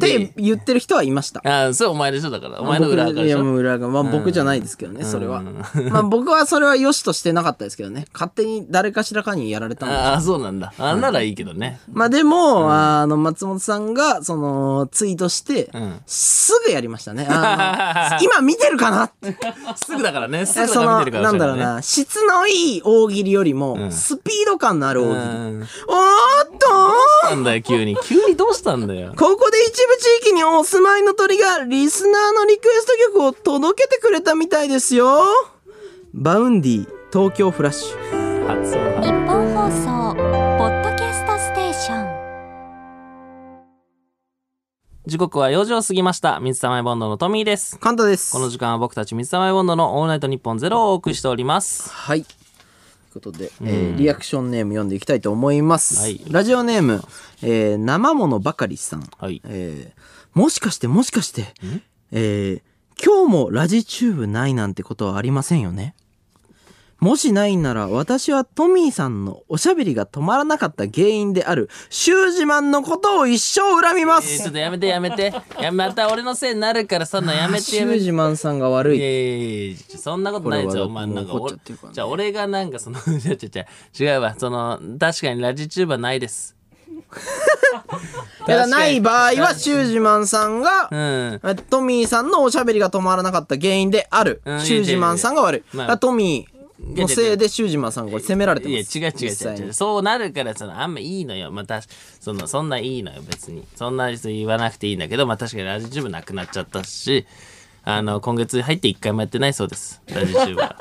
B: て言ってる人はいました。
A: ああ、それお前でしょだから。お前の裏側
B: い
A: でし
B: や、も
A: ょ
B: う裏側。まあ僕じゃないですけどね、それは。まあ僕はそれは良しとしてなかったですけどね。勝手に誰かしらかにやられたんで
A: ああ、そうなんだ。あんならいいけどね。
B: まあでも、あの、松本さんが、その、ツイートして、
A: ん
B: すぐやりましたね。あの 今見てるかなって。
A: すぐだからね。すぐ
B: えそ
A: 舐め
B: の、
A: てるから
B: なんだろうな、質のいい大喜利よりも、スピード感のある大喜利。おー
A: うんどう
B: っとー
A: したんだよ、急に。急にどうしたんだよ。
B: ここで一部地域にお住まいの鳥がリスナーのリクエスト曲を届けてくれたみたいですよ。バウンディ、東京フラッシュ。
A: 発音
C: 日本放送ポッドキャストステーション
A: 時刻は4時を過ぎました。水溜りボンドのトミーです。
B: カンタです。
A: この時間は僕たち水溜りボンドのオールナイトニッポンゼロをお送りしております。
B: はい。ということで、えーリアクションネーム読んでいきたいと思います。
A: はい
B: ラジオネーム、えー生ものばかりさん。
A: はい。
B: えーもしかしてもしかして、えー今日もラジチューブないなんてことはありませんよねもしないんなら私はトミーさんのおしゃべりが止まらなかった原因であるシュージマンのことを一生恨み
A: え
B: ま
A: ーちょっ
B: す
A: とやめてやめて。やまた俺のせいになるからそんなんやめて
B: シ
A: や
B: ュ
A: め
B: ー
A: て。
B: ジマンさんが悪
A: いや
B: い
A: いやいやそんなことない
B: こ
A: じ
B: れ
A: ゃん
B: は
A: お前なんか
B: 怒っ
A: 俺
B: ちゃってるからね
A: じゃあ俺がなんかその違う違う違う違うわその確かにラジチューバーないです
B: いやない場合はシュージマンさんが、
A: うん
B: えトミーさんのおしゃべりが止まらなかった原因である、
A: うん
B: シュージマンさんが悪い、
A: いやいやいやまあ
B: だからトミーのせいでシュージマンさんがこれ責められて
A: いや
B: ま
A: 違
B: す
A: う違う
B: 実際
A: 違う違
B: に
A: うそうなるからそのあんまいいのよまたそのそんないいのよ別にそんな人言わなくていいんだけどまあ確かにラジチューブなくなっちゃったしあの今月入って一回もやってないそうですラジチューブ は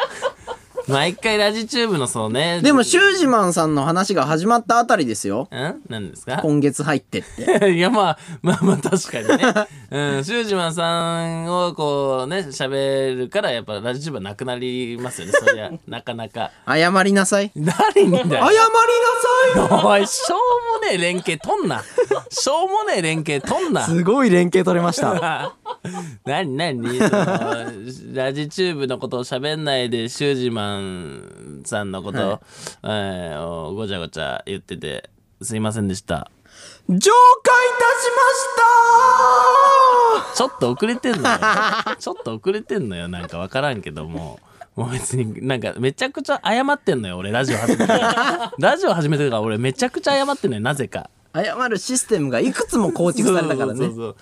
A: 毎回ラジチューブのそうね
B: でもシュージマンさんの話が始まったあたりですよ
A: うん何ですか
B: 今月入ってって。
A: いやまあまあまあ確かにね。 うん、シュージマンさんをこうね喋るからやっぱラジチューブはなくなりますよね。そりゃなかな か。
B: 謝りなさい。
A: 誰にだ
B: 謝り
A: よ。
B: なさ
A: おいしょうもねえ連携とんな。しょうもねえ連携とんな。
B: すごい連携取れました。
A: 何何 そのラジチューブのことを喋んないでシュージマンさんのことを、えーをごちゃごちゃ言っててすいませんでした。
B: 浄化いたしまし
A: ちょっと遅れてんの よ。ちょっと遅れてんのよ。なんかわからんけども。もう別になんかめちゃくちゃ謝ってんのよ。俺ラジオ始めて から。ラジオ始めてから俺めちゃくちゃ謝ってんのよ。なぜか。
B: た謝るシステムがいくつも構築されたか
A: そう
B: ら
A: そ
B: ね
A: う。そう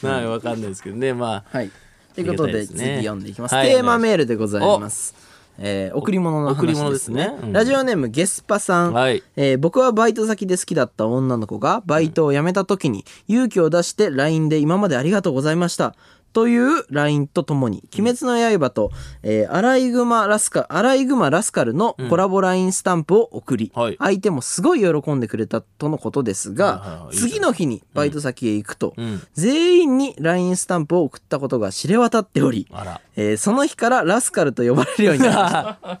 A: そう。なんかわかんないですけどね。まあ。
B: はい。ということ
A: ありがたいで
B: で、
A: すね
B: 次読んでいきます。
A: はい
B: テーマメールでございます。えー、贈り物の話
A: 贈り物ですねうん
B: ラジオネームゲスパさん、
A: はい
B: えー僕はバイト先で好きだった女の子がバイトを辞めた時に勇気を出して LINE で「今までありがとうございました」という LINE とともに「鬼滅の刃と」えーアライグマラスカアライグマラスカル」のコラボ LINE スタンプを送り、
A: はい
B: 相手もすごい喜んでくれたとのことですが、
A: はいはいはい
B: 次の日にバイト先へ行くと、
A: ん
B: 全員に LINE スタンプを送ったことが知れ渡っており、
A: あ ら。
B: えーその日からラスカルと呼ばれるようになりまし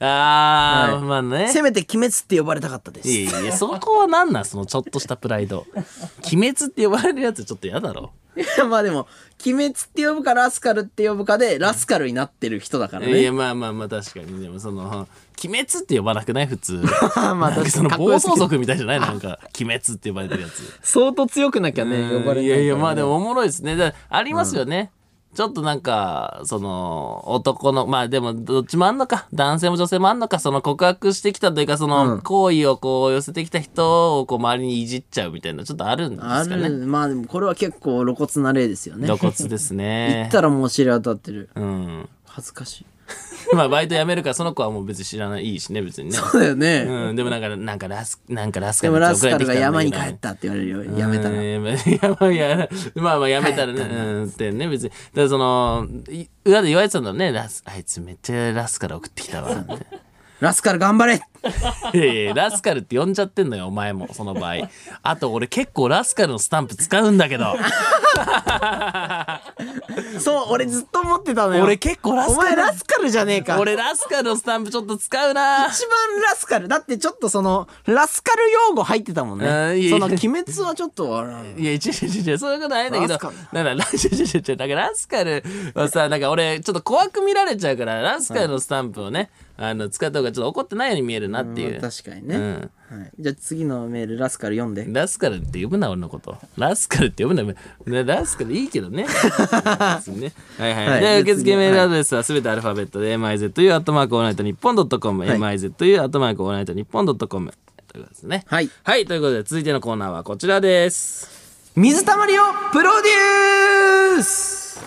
A: あー、
B: はい
A: まあ ね
B: た。せめて鬼滅って呼ばれたかったです
A: いやいや、そこはなんなんそのちょっとしたプライド。 鬼滅って呼ばれるやつちょっと嫌だろ。
B: まあでも鬼滅って呼ぶかラスカルって呼ぶかでラスカルになってる人だから
A: い
B: ね
A: や、まあまあまあ確かに。でもその、鬼滅って呼ばなくない普 通。
B: まあ
A: なんか
B: 確か
A: そ
B: に
A: の
B: かっ
A: 暴
B: こよすぎ
A: 走
B: る
A: 族みたいじゃないなんか、鬼滅って呼ばれてるやつ。
B: 相当強くなきゃね呼ばれないからね
A: いやいや、まあでもおもろいですね。だからありますよね。ちょっとなんか、その、男の、まあでも、どっちもあんのか。男性も女性もあんのか。その告白してきたというか、その、行為をこう寄せてきた人をこう周りにいじっちゃうみたいな、ちょっとあるんです
B: あ
A: か
B: る
A: ね。
B: まあでもこれは結構露骨な例ですよね
A: 露骨です
B: 言
A: ね
B: っ。たらもう知れ渡ってる
A: うん。
B: 恥ずかしい
A: まあバイト辞めるから、その子はもう別に知らない、いいしね、別にね。
B: そうだよね、
A: うん、でもなんか、なんかラス、なんかラスカ
B: で
A: ル
B: も
A: に
B: ラス
A: 送
B: カ
A: られて
B: ル
A: き
B: が
A: たんだけど
B: 山に帰ったって言われるよやめたら
A: うんいやまあいやまあまあやめたらね、うん、ってね別にだからそのい裏で言われてたんだろうねラスあいつめっちゃラスカル送って きたわみたいな
B: ラスカル頑張れ
A: いやいやラスカルって呼んじゃってんのよお前もその場合あと俺結構ラスカルのスタンプ使うんだけ ど
B: そう俺ずっと思ってたのよ
A: 俺結構ラ
B: お
A: スカ
B: 前
A: ル
B: ラスカルじゃねえか
A: 俺ラスカルのスタンプちょっと使うな
B: 一番ラスカルだってちょっとそのラスカル用語入ってたもんね
A: あーいやいや
B: その鬼滅はちょっとあら
A: いや、違う違う違う、そういうことないんだけど、
B: ラ
A: だ
B: スカル
A: から、 ラ違う違う違う、だからラスカルはさ、なんか俺、ちょっと怖く見られちゃうから、ラスカルのスタンプをね、あの使った方がちょっと怒ってないように見えるなっていう、
B: まあ確かにね、
A: うん
B: はい、じゃあ次のメールラスカル読んで
A: ラスカルって呼ぶな俺のことラスカルって呼ぶなねラスカルいいけどね別にね はいはい、
B: はい
A: で受
B: 別に
A: 付メールアドレスはすべてアルファベットで MIZU アットマークオールナイトニッポンドットコム MIZU アットマークオールナイトニッポンドットコムということですね
B: はい
A: はいということで続いてのコーナーはこちらです
B: 水たまりをプロデュース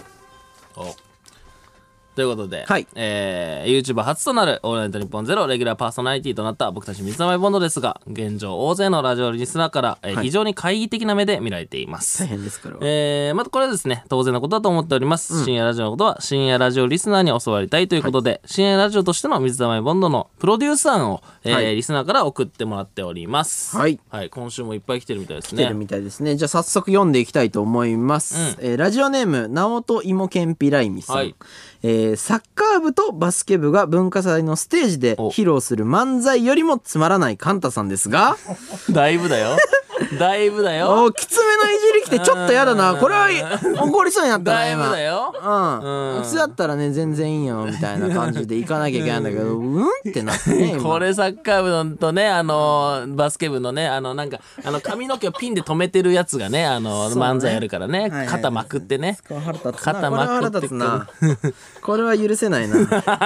A: ということで、
B: はい
A: えー、YouTuber 初となる「オールナイトニッポンゼロレギュラーパーソナリティとなった僕たち水溜りボンドですが現状大勢のラジオリスナーから、えー非常に懐疑的な目で見られています
B: 大変ですから
A: えーまたこれはですね当然のことだと思っております、深夜ラジオのことは深夜ラジオリスナーに教わりたいということで、深夜ラジオとしての水溜りボンドのプロデュース案を、えー
B: はい
A: リスナーから送ってもらっております
B: はい、
A: 今週もいっぱい来てるみたいです
B: 来て
A: ね
B: るみたいですねじゃあ早速読んでいきたいと思います、えーラジオネーム直人いもけんぴらいみさん、
A: はい
B: えーサッカー部とバスケ部が文化祭のステージで
A: お
B: 披露する漫才よりもつまらないカンタさんですが
A: だいぶだよだいぶだよ
B: おきつめのいじりきてちょっとやだなこれは怒りそうになったな
A: だいぶ
B: 今
A: だよ
B: うん、
A: うん
B: 普通だったらね全然いいよみたいな感じで行かなきゃいけないんだけどうんってなって ね今
A: これサッカー部のとね、あのーバスケ部のね、あの、なんか、あの、髪の毛をピンで留めてるやつがね、あの、
B: うね
A: 漫才やるからね、
B: いはいはい
A: 肩まくってね。
B: これ腹立つな
A: 肩
B: これは
A: ま
B: 腹
A: くって
B: 立つなこれは許せないな本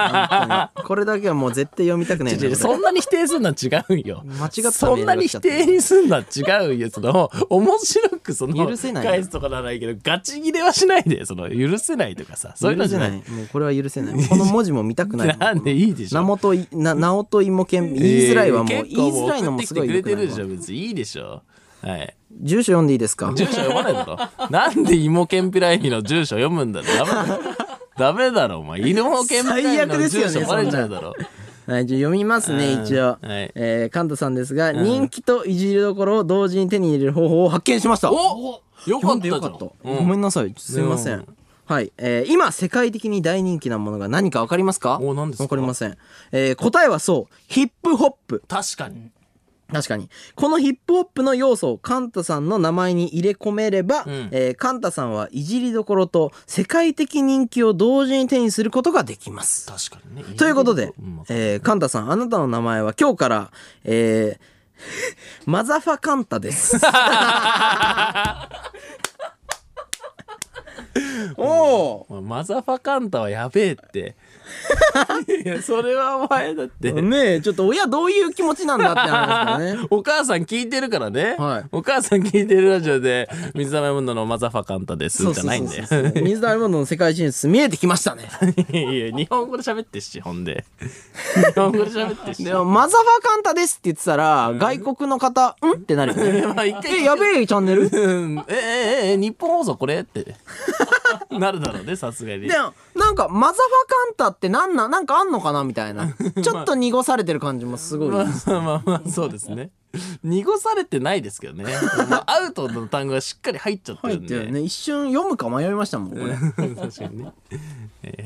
B: 当にこれだけはもう絶対読みたくないな
A: 違うそんなに否定すんのは違うよ。
B: 間違った
A: そんなに否定にすんのは違うよ。その、面白くその、
B: 許せない
A: 返すとかならないけど、ガチ切れはしないで、その、許せないとかさ、そういうの
B: 許
A: じ
B: せ
A: ゃ
B: な
A: ないい。
B: もうこれは許せないこの文字も見たくない
A: なんでいいでしょ
B: なもといななおといもけん言いづらいはもう、
A: えー結
B: 言
A: 構
B: いづらいのもすごい良
A: 送ってき
B: く
A: てくれてる
B: ない
A: でし
B: わ
A: ょ、別にいいでしょ。はい。
B: 住所読んでいいですか
A: 住所読まないだろ。なんで芋けんぴらいの住所読むんだろ。ダメだろ。ダメだろ、お前。芋けんぴらいの住所バレちゃうだろ。
B: はい、じゃあ読みますね、
A: うん
B: 一応。
A: はい
B: えー、カンタさんですが、人気といじりどころを同時に手に入れる方法を発見しました。
A: およか
B: 読
A: っ
B: ん
A: たじ
B: で
A: ゃ
B: よ
A: ん。
B: かった。
A: う
B: ごめ
A: ん
B: んなさい。すいません。
A: うん
B: はい、えー今世界的に大人気なものが何かわかりますか
A: お何ですか
B: わかりません、えー答えはそうヒップホップ
A: 確かに。
B: 確かにこのヒップホップの要素をカンタさんの名前に入れ込めれば、
A: ん
B: えーカンタさんはいじりどころと世界的人気を同時に手にすることができます
A: 確かにね。
B: ということで、
A: ん
B: えーカンタさん、あなたの名前は今日から、えー マザファカン タです。おお、
A: お前マザファカンタはやべえって。いや、それはお前だって。
B: ねえ、ちょっと親どういう気持ちなんだって話です からね。
A: お母さん聞いてるからね。
B: はい
A: お母さん聞いてるラジオで、水溜りボンドのマザファカンタです。じゃないんだ
B: そう
A: よ
B: そ。うそうそう水溜りボンドの世界進出見えてきました ね。
A: いや、日本語で喋ってっし、ほんで。日本語で喋ってっ し。
B: でもマザファカンタですって言ってたら、外国の方、んってなるよね。
A: まあ一回
B: え、やべえチャンネル
A: うんええええ日本放送これって なるだろうねさすがに
B: でもなんかマザファカンタってなんなんなんかあんのかなみたい なちょっと濁されてる感じもすごい、
A: まあまあまあまあそうですね濁されてないですけどね、まあ、アウトの単語がしっかり入っちゃって
B: 入
A: るん
B: って
A: で
B: るよね一瞬読むか迷いましたもんこれい
A: 確かにね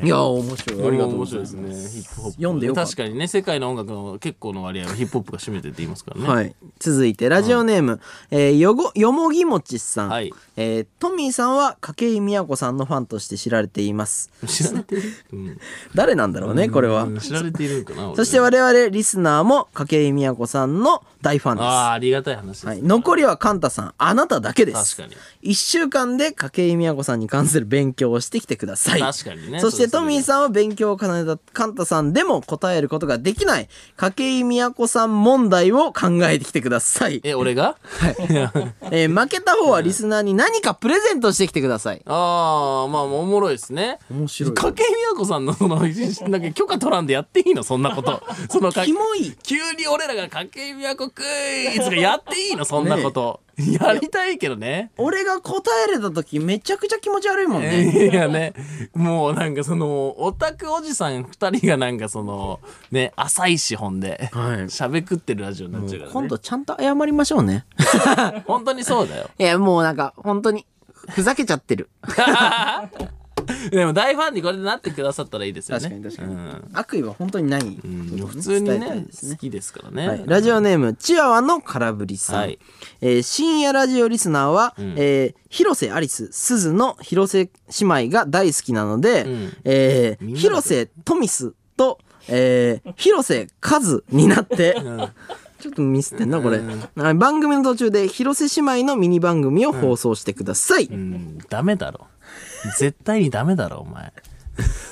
B: やー面白いありがとうございます
A: 面白いですねヒップホップ
B: 読んでよかった
A: 確かにね世界の音楽の結構の割合はヒップホップが占めてって言いますからね、
B: はい続いてラジオネーム、えーよごよもぎもちさん、
A: はい
B: えートミーさんは筧美也子さんのファンとして知られています
A: 知られてる、うん
B: 誰なんだろうねこれは
A: うん知られているのかな俺
B: そして我々リスナーも筧美也子さんの大ファンです
A: ああありがたい話です、
B: はい、残りはカンタさんあなただけです
A: 確か
B: 1週間で筧美也子さんに関する勉強をしてきてください
A: 確かにねそう
B: そして
A: ですね
B: トミーさんは勉強を重ねたカンタさんでも答えることができない筧美也子さん問題を考えてきてください、
A: え俺が
B: えー負けた方はリスナーに何かプレゼントしてきてください
A: ああまあおもろいですね
B: 面白い
A: 筧美和子さんのそのなんか許可取らんでやっていいのそんな ことそのか
B: キモい
A: 急に俺らが筧美和子クイズがやっていいのそんなこと、やりたいけどね
B: 俺が答えれた時めちゃくちゃ気持ち悪いもんね、
A: いやねもうなんかそのオタクおじさん2人がなんかそのね浅い資本で
B: はい
A: 喋、くってるラジオになっちゃうから、ね、
B: 今度ちゃんと謝りましょうね
A: 本当にそう だよ
B: いやもうなんか本当にふざけちゃってる
A: でも大ファンにこれでなってくださったらいいですよね
B: 確かに確かに
A: うん
B: 悪意は本当にない、
A: うん普通にね
B: 伝えたいです
A: 好きですからね、
B: はい、ラジオネームチワワの空振りさん、
A: はい
B: えー深夜ラジオリスナーは、えー広瀬アリス鈴の広瀬姉妹が大好きなので、
A: ん
B: えー
A: みんなだ
B: 広瀬トミスとえー、広瀬和になって、 ちょっとミスってんな、これ。はい番組の途中で広瀬姉妹のミニ番組を放送してください。
A: うん、ダメだろ。絶対にダメだろ、お前。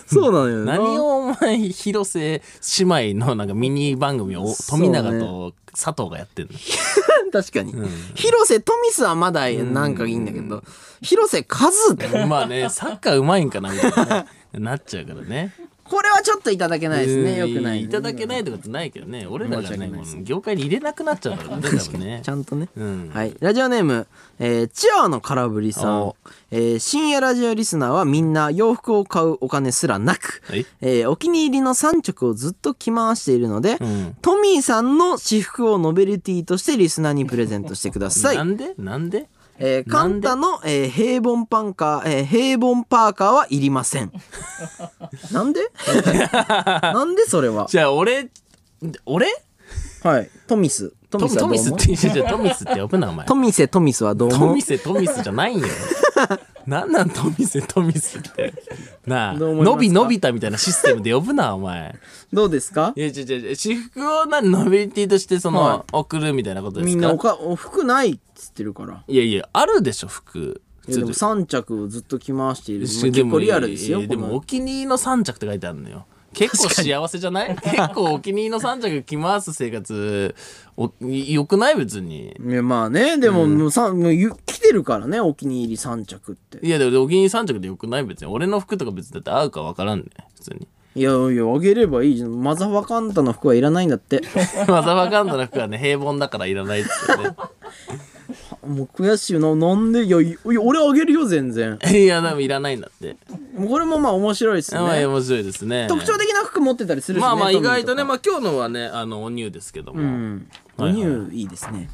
B: そうなのよな。
A: 何をお前、広瀬姉妹のなんかミニ番組を
B: そうね
A: 富永と佐藤がやってんの。
B: 確かに。広瀬トミスはまだなんかいいんだけど、広瀬和
A: まあね、サッカーうまいんかな、みたいなね、なっちゃうからね。
B: これはちょっといただけないですね。よくないね。
A: いただけないとかってないけどね、俺らが
B: 申
A: ね、
B: し訳ない
A: も
B: です
A: う業界に入れなくなっちゃうからね、多分ね
B: ち。ゃんとね。
A: うん
B: はい。ラジオネーム、えー、チアの空振りさん
A: お。
B: えー深夜ラジオリスナーはみんな洋服を買うお金すらなく
A: はい、
B: えーお気に入りの3着をずっと着回しているので、
A: ん
B: トミーさんの私服をノベルティとしてリスナーにプレゼントしてください
A: な。んでなんで
B: えー、カ
A: な
B: ン
A: んで
B: タの、えー平凡パンカー、えー平凡パーカーはいりません。なんでなんでそれは
A: じゃあ俺、俺
B: はい。トミス。ト
A: ト
B: ミスはど
A: トミ
B: う思う
A: スって一緒じゃんトミスって呼ぶな、お前。
B: トミセトミスはどう
A: ト
B: 思う
A: ミセトミスじゃないんよ。なんなんトミセトミスって。なあ、
B: どう思いますか
A: のびのびたみたいなシステムで呼ぶな、お前。
B: どうですか
A: いや、違う違う、私服をな、ノベリティとしてその、
B: は
A: 送るみたいなことで
B: み
A: す
B: ん
A: か
B: なおかお服ないっつってるから。
A: いやいや、あるでしょ、服。普
B: いやでも
A: で
B: 3着をずっと着回している。
A: いや
B: 結構リアルですよ。
A: いやで
B: こ
A: も
B: の
A: お気に入りの3着って書いてあるのよ結構幸せじゃない結構お気に入りの3着着回す生活およくない別に
B: いやまあね、でも、もうさもうゆ着てるからね、お気に入り3着って。
A: いやでもお気に入り3着でよくない別に俺の服とか別にだって合うか分からんね普通に
B: いやいや、あげればいいじゃん。マザワカンタの服はいらないんだって。
A: マザワカンドの服はね平凡だからいらないっつってね
B: もう悔しいな。なんでいや、いいや俺あげるよ、全然。
A: いやでもいらないんだって、
B: もうこれもまあ面白いです
A: まあ
B: ね。
A: 面白いですね
B: 特徴的な服持ってたりするしね。
A: まあまあ
B: ト
A: 意
B: ミー
A: 外とね
B: か
A: まあ今日のはねあのお乳ですけども、
B: うん。お
A: はいはい
B: 乳いいですね。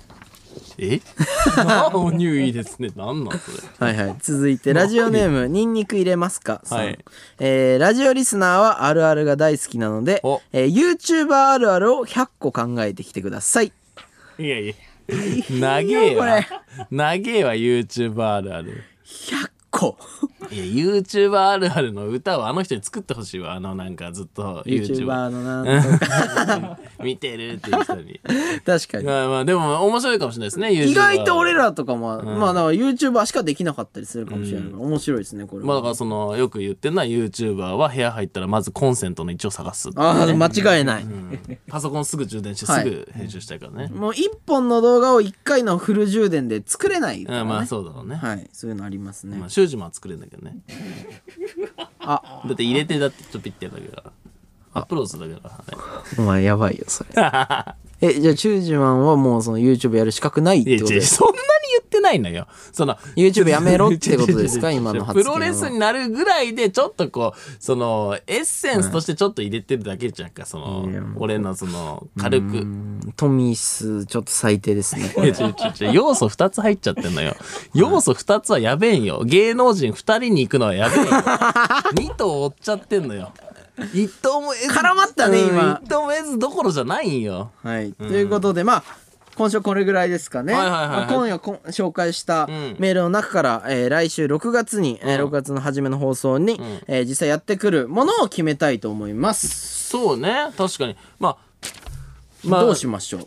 A: え まあお乳いいですねなんなんそれ
B: はいはい。続いて、ラジオネーム、ニンニク入れますかさん
A: はい
B: えーラジオリスナーはあるあるが大好きなので
A: お、
B: えー、YouTuber あるあるを100個考えてきてください。
A: いやいや。長え
B: こ
A: わ
B: れ。
A: 長えわ、YouTuber あるある。
B: 100個
A: いや、YouTuber あるあるの歌をあの人に作ってほしいわ。あの、なんかずっと
B: ?YouTuber
A: YouTuber
B: のなんと か。
A: 見てるっていう人 に。
B: 確かに。
A: まあまあ、でも面白いかもしれないですね、YouTuber。
B: 意外と俺。らとかも、まあだから YouTuber しかできなかったりするかもしれないから、面白いですね、これ
A: まあ
B: は。
A: だからその、よく言ってるのは YouTuber は部屋入ったらまずコンセントの位置を探す。
B: ああ、間違いない。
A: パソコンすぐ充電して
B: はい
A: すぐ編集したいからね。
B: もう一本の動画を一回のフル充電で作れない、
A: うん、まあそうだろうね。
B: はい、そういうのありますね
A: まあ、。シュージマンは作れるんだけどね。
B: あ、
A: だって入れて、だってちょっとピッてやるだけだから。アップロードするだけだからね。
B: お前やばいよ、それ。え、じゃあ、チュージマンはもうその YouTube やる資格ないっ
A: いや違
B: てこと
A: う
B: で
A: そんなに言ってないのよ。その
B: YouTube やめろってことです か
A: 違う違う違う
B: 今の発
A: プ
B: 言は
A: ロレスになるぐらいでちょっとこうそのエッセンスとしてちょっと入れてるだけじゃんかその俺のその軽く。
B: トミース、ちょっと最低ですね。
A: いや違う違う違う要素2つ入っちゃってんのよ。要素2つはやべえんよ。芸能人2人に行くのはやべえん よ。2頭追っちゃってんのよ。1頭も得ず。
B: 絡まったね今
A: 1頭も得ずどころじゃないんよ。
B: はい。ということで、まあ、今週これぐらいですかね。
A: はいはいはいはい
B: まあ今夜こん紹介した
A: ん
B: メールの中から、えー来週6月に、えー6月の初めの放送に、えー実際やってくるものを決めたいと思います。
A: そうね。確かに。まあ、まあ、
B: どうしましょう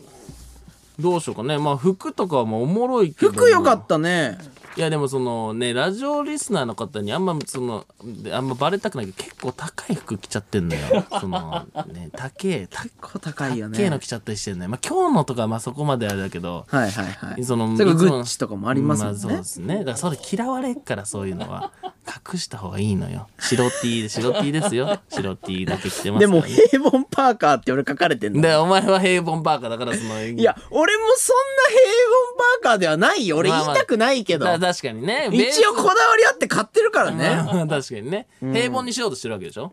A: どうしようかね。まあ、服とかはまあおもろいけど。
B: 服よかったね。
A: いやでもそのねラジオリスナーの方にあんまそのであんまバレたくないけど結構高い服着ちゃってんの よそのね高え高
B: こう高いよ
A: え
B: ね。
A: の着ちゃったりしてんのよ、まあ、今日のとかはまあそこまであれだけど
B: はいはいはい。
A: その
B: れが
A: いつ
B: グ
A: も
B: ッチとかもありますもんね。
A: あそうですねだからそれ嫌われっからそういうのは隠した方がいいのよ白 T 白 T ですよ白 T だけ着てます
B: で
A: から、
B: も、
A: ね、
B: 平凡パーカーって俺書かれてんの。
A: でお前は平凡バーカーだからその
B: いや、俺もそんな平凡パーカーではないよ。俺言いたくないけど。
A: だ確かにねベース
B: 一応こだわりあって買ってるからね。
A: まあ確かにね平凡にしようとしてるわけでしょ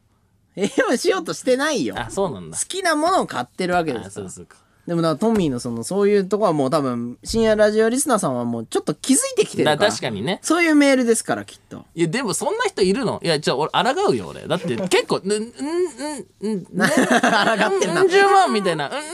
B: 平凡しようとしてないよ。
A: あそうなんだ
B: 好きなものを買ってるわけで
A: あ
B: すか
A: そ
B: ら
A: うそうか
B: でもだからトミーのそのそういうとこはもう多分深夜ラジオリスナーさんはもうちょっと気づいてきてるから
A: だ確かにね
B: そういうメールですからきっと
A: いやでもそんな人いるのいやじゃあ俺抗うよ俺だ って結構うんうんうんうんねうん十万みたいなうんうん十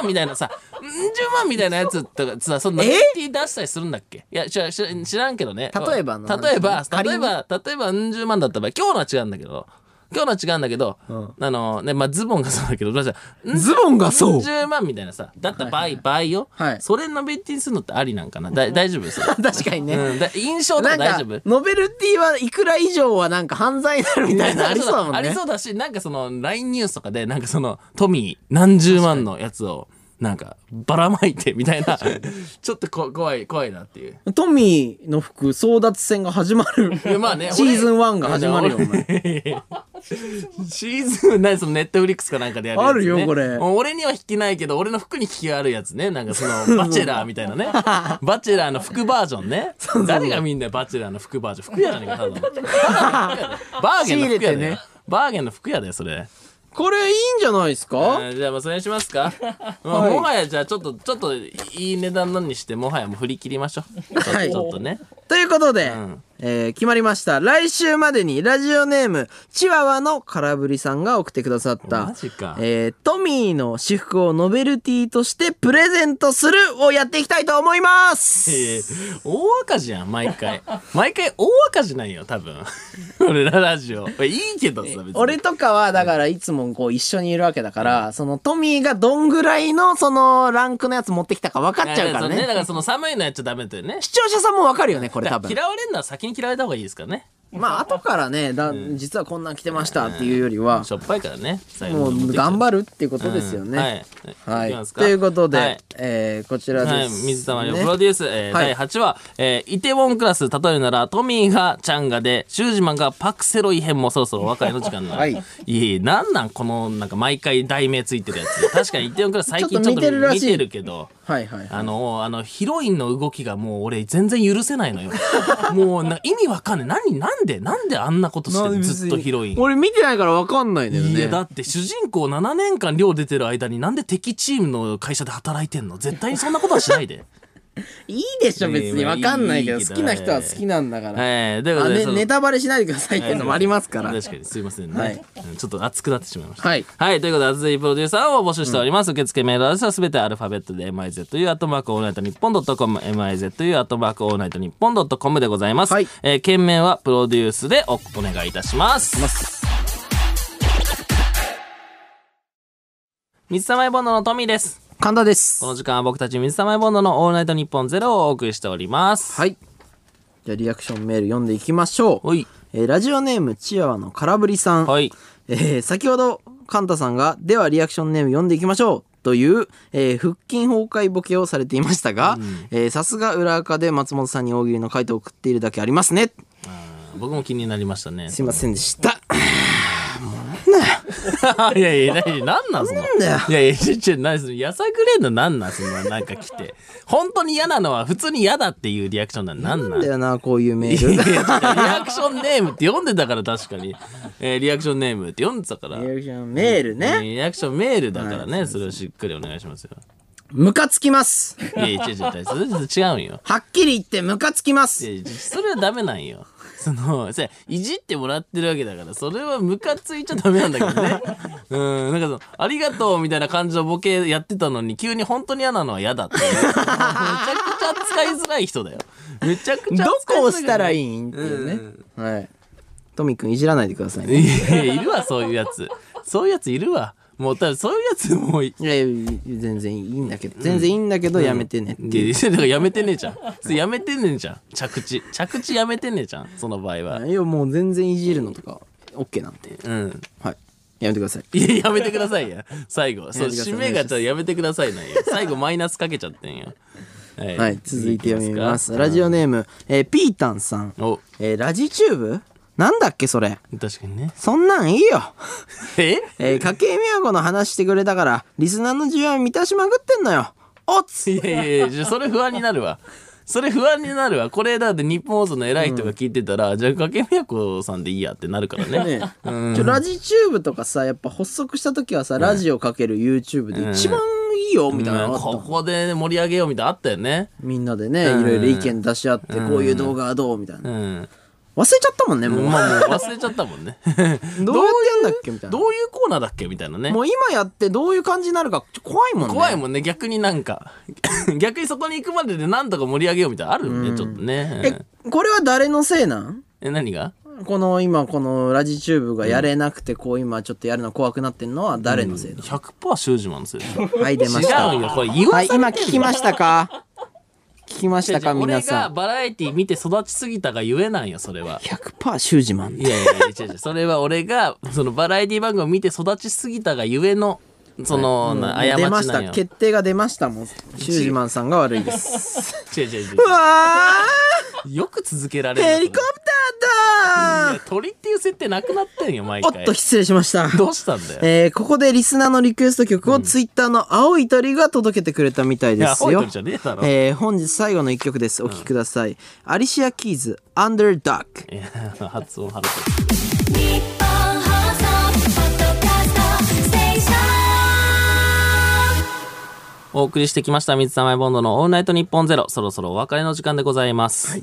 A: 万みたいなさうん十万みたいなやつとかさそんな
B: え
A: ティ出したりするんだっけいや知ら知らんけどね
B: 例えばの話ね
A: 例えば
B: 仮
A: 例
B: に
A: えば例えばうん十万だった場合今日のは違うんだけど今日のは違うんだけど、
B: ん
A: あのね、まあズボンがそうだけど、私は、ん
B: ズボンがそう
A: ?10 万みたいなさ、だった場合、場合よ、
B: はい
A: それのベッティングするのってありなんかなだ大丈夫ですよ。
B: 確かに ね、
A: うん、だ印象と
B: な
A: か
B: ん
A: 大
B: か
A: 丈夫
B: ノベルティはいくら以上はなんか犯罪になるみたいなのありそうだもん ね
A: ありそうだし、なんかその、LINE ニュースとかで、なんかその、トミー何十万のやつを、なんか、ばらまいて、みたいな、ちょっとこ怖い、怖いなっていう。
B: トミーの服争奪戦が始ま る
A: いやまあね、
B: シーズン1が始まるよお
A: 俺
B: 前
A: シーズン、何そのネットフリックスかなんかでやるやつ、ね。
B: あるよこれ
A: 俺には引きないけど、俺の服に引きがあるやつね。なんかそ の、バチェラーみたいなね。バチェラーの服バージョンね。誰がみんなバチェラーの服バージョン服屋じゃねえか、ただ の。ただの服屋だよバーゲンの服屋
B: 仕入れて
A: だよ
B: ね。
A: バーゲンの服屋だよ、それ。
B: これいいんじゃないですか
A: あーじゃあまあそれにします か、まあ
B: はい
A: もはやじゃあちょっとちょっといい値段のにしてもはやもう振り切りましょうちょ,、
B: はい
A: ちょっとね
B: ということで、
A: ん
B: えー決まりました来週までにラジオネームチワワの空振りさんが送ってくださった
A: マジか
B: えートミーの私服をノベルティとしてプレゼントするをやっていきたいと思いま
A: え
B: す
A: ー大赤字やん毎 回毎回大赤字なんよ多分 俺らラジオいいけどさ別に
B: 俺とかはだからいつもこう一緒にいるわけだから、そのトミーがどんぐらいのそのランクのやつ持ってきたか分かっちゃ
A: いや
B: うから
A: いやそのだ
B: ね
A: からその寒いのやっちゃダメだよね
B: 視聴者さんも分かるよねこれ多分
A: 嫌われるのは先に嫌われた方がいいですからね
B: まあ後からねだ、実はこんなん来てましたっていうよりは
A: しょっぱいからね最
B: も
A: 後
B: う頑
A: る
B: 張るっていうことですよね、
A: はい、
B: はい
A: きますか
B: ということで、
A: はい
B: えーこちら
A: は
B: で
A: い、
B: す、
A: 水溜りを
B: ね
A: プロデュース、えー
B: はい
A: 第8話、えーイテウォンクラス、例えるなら、トミーがチャンガで、シュージマンがパクセロイ編もそろそろお別れの時間になる。
B: はい
A: いえいえ、なんなんこの、なんか毎回題名ついてるや つ。確かにイテウォンクラス最
B: ちょ
A: 近
B: っ
A: ち
B: と
A: ょっ
B: 見
A: と
B: てるらしい
A: 見てるけど、
B: はいはい
A: あの、あの、ヒロインの動きがもう俺全然許せないのよ。もうな意味わかんない。何、なんで、なんであんなことしてるずっとヒロイン。
B: 俺見てないから分かんないんだよ
A: い
B: ね
A: やだって主人公7年間寮出てる間になんで敵チームの会社で働いてんの絶対にそんなことはしないで。
B: いいでしょ別に
A: いやいや
B: 分かんないけど
A: いいけど
B: 好きな人は好きなんだから、
A: ええ、というこ
B: あ
A: とで
B: ね、
A: その
B: ネタバレしないでくださいっていうのもありますから、
A: 確かにすいませんね、
B: はい
A: うんちょっと熱くなってしまいました
B: はい
A: ということで熱いプロデューサーを募集しております、受付メールアドレスはすべてアルファベットで MIZU アットマークオールナイトニッポンドットコム MIZU アットマークオールナイトニッポンドットコムでございます、
B: はい
A: えー件名はプロデュースでおお願いいたします水溜りボンドのトミーです
B: 神田です
A: この時間は僕たち水溜りボンドのオールナイトニッポンゼロをお送りしております
B: はいじゃあリアクションメール読んでいきましょう、
A: はい
B: えーラジオネームチワワの空振りさん、
A: はい
B: えー先ほどカンタさんが「ではリアクションネーム読んでいきましょう」という、えー腹筋崩壊ボケをされていましたがえーさすが裏垢で松本さんに大喜利の回答を送っているだけありますね
A: 僕も気になりましたね
B: すいませんでした
A: いやいや、なに、なんなんすの。
B: んだよ
A: いやいや、ちっちゃい、なにすの、やさぐれんの、なんなんすの、なんか来て。本当に嫌なのは、普通に嫌だっていうリアクションなん、なんな
B: なん
A: ん。
B: だ
A: いや
B: よなこういうメー
A: い
B: ル
A: やリアクションネームって読んでたから確かに、えーリアクションネームって読んでたから、
B: リアクションメール
A: えー
B: ね
A: リアクションメールだからね、それをしっかりお願いしますよ
B: ムカつきます
A: いやいや違う違うそれそれ違うんよ
B: はっきり言ってムカつきま
A: い
B: す
A: やいやそれはダメなんよ そのさいじってもらってるわけだからそれはムカついちゃダメなんだけどね うんなんかその「ありがとう」みたいな感じのボケやってたのに急に本当に嫌なのは嫌だっていう めちゃくちゃ使いづらい人だよめちゃくち
B: ど
A: ゃ使いづらい
B: こをしたらいいんっていうねはいトミ君いじらないでくださいね
A: いやいやいるわそういうやつそういうやついるわもう多分そういうやつもうい
B: いやいや全然いいんだけど全然いいんだけどやめてねってい
A: い
B: う
A: やだからやめてねえじゃんそれやめてねえじゃん着地着地やめてねえじゃんその場合は、
B: いやもう全然いじるのとか OK なんて
A: うん
B: はいやめてください
A: いや、やめてくださいよ。最後。そう、
B: やめてください
A: 締めがちょっとやめてくださいなんよ。最後、マイナスかけちゃってんよ。はい
B: はい続いて読みます
A: いき
B: ラジオネーム、えーピータンさん、
A: お、
B: えーラジチューブなんだっけそれ
A: 確かにね。
B: そんなんいいよ、
A: え
B: えー、家計みやこの話してくれたからリスナーの需要を満たしまくってんのよおっつ
A: いやいやいやじゃあ、それ不安になるわ。それ不安になるわ。これだって日本放送の偉い人が聞いてたら、じゃあ、掛けみやこさんでいいやってなるからね。
B: ねちょラジチューブとかさやっぱ発足した時はさ、ラジオかける YouTube で一番いいよみたいなのあ
A: うん
B: ったもん
A: ここで盛り上げようみたいなのあったよね。
B: みんなでね、
A: うん
B: いろいろ意見出し合って、こういう動画はどうみたいな。
A: う
B: 忘れ
A: ん。
B: ちゃったもんね、もう。
A: まあもう忘れちゃったもんね。
B: どうやってやんだっけみたいな。
A: どういうコーナーだっけみたいなね。
B: もう今やってどういう感じになるかちょ怖いもんね。
A: 怖いもんね逆になんか 逆にそこに行くまででなんとか盛り上げようみたいなのあるよね、ちょっとね
B: え、これは誰のせいなん
A: え何が
B: この今このラジチューブがやれなくてこう今ちょっとやるの怖くなってんのは誰のせいだ、
A: 100%シュージマンのせいでし ょ。
B: はい出ました
A: 違うんよ、これ言わさ
B: はい
A: れてん
B: 今
A: の
B: 聞きましたか聞きましたか皆
A: 俺
B: さ
A: が
B: ん
A: バラエティ見て育ちすぎたがゆえなんよ、それは。
B: 100%シュージマン
A: いやいやいや、違う違う。それは俺が、そのバラエティ番組を見て育ちすぎたがゆえの、その、な過
B: 出ま
A: ち
B: し
A: なん
B: た
A: よ。
B: 決定が出ましたもんシュージマンさんが悪いです
A: 違う違う 違う
B: うわ
A: よく続けら
B: ー
A: れるな
B: ヘリコプ
A: い
B: ターだ
A: や鳥っていう設定なくなってんよ、毎
B: お
A: 回。
B: っと失礼しました
A: どうしたんだよ。
B: えーここでリスナーのリクエスト曲をツイッターの青い鳥が届けてくれたみたい
A: い
B: で
A: や、
B: す
A: ホイト
B: よ
A: ルじゃねえだろ。
B: えー本日最後の一曲ですお聴きください、アリシア・キーズ「Underdog」
A: いや 発音腹立つ。
C: 日本放送ポッドキャストステーション
A: お送りしてきました、水溜りボンドのオールナイトニッポンゼロ。そろそろお別れの時間でございます。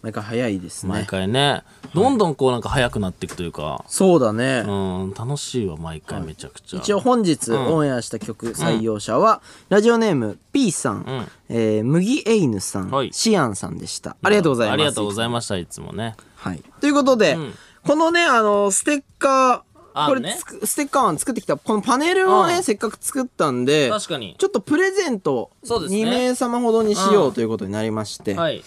B: なんか早いです
A: 毎
B: ね
A: 回ね、どんどんこうなんか早くなっていくというか、
B: そうだね、
A: うん、楽しいわ、毎回めちゃくちゃ。
B: 一応本日オンエアした曲採用者は、ラジオネーム P さん、えー麦エイヌさん、
A: はい
B: シアンさんでしたありがとうございます
A: ありがとうございました、いつもね。
B: はい、ということで、このねあのステッカー
A: あ
B: これ、
A: ね
B: つくステッカー案作ってきたこのパネルをね、
A: うん
B: せっかく作ったんで
A: 確かに
B: ちょっとプレゼント
A: そうですね
B: 2名様ほどにしようということになりまして、
A: はい。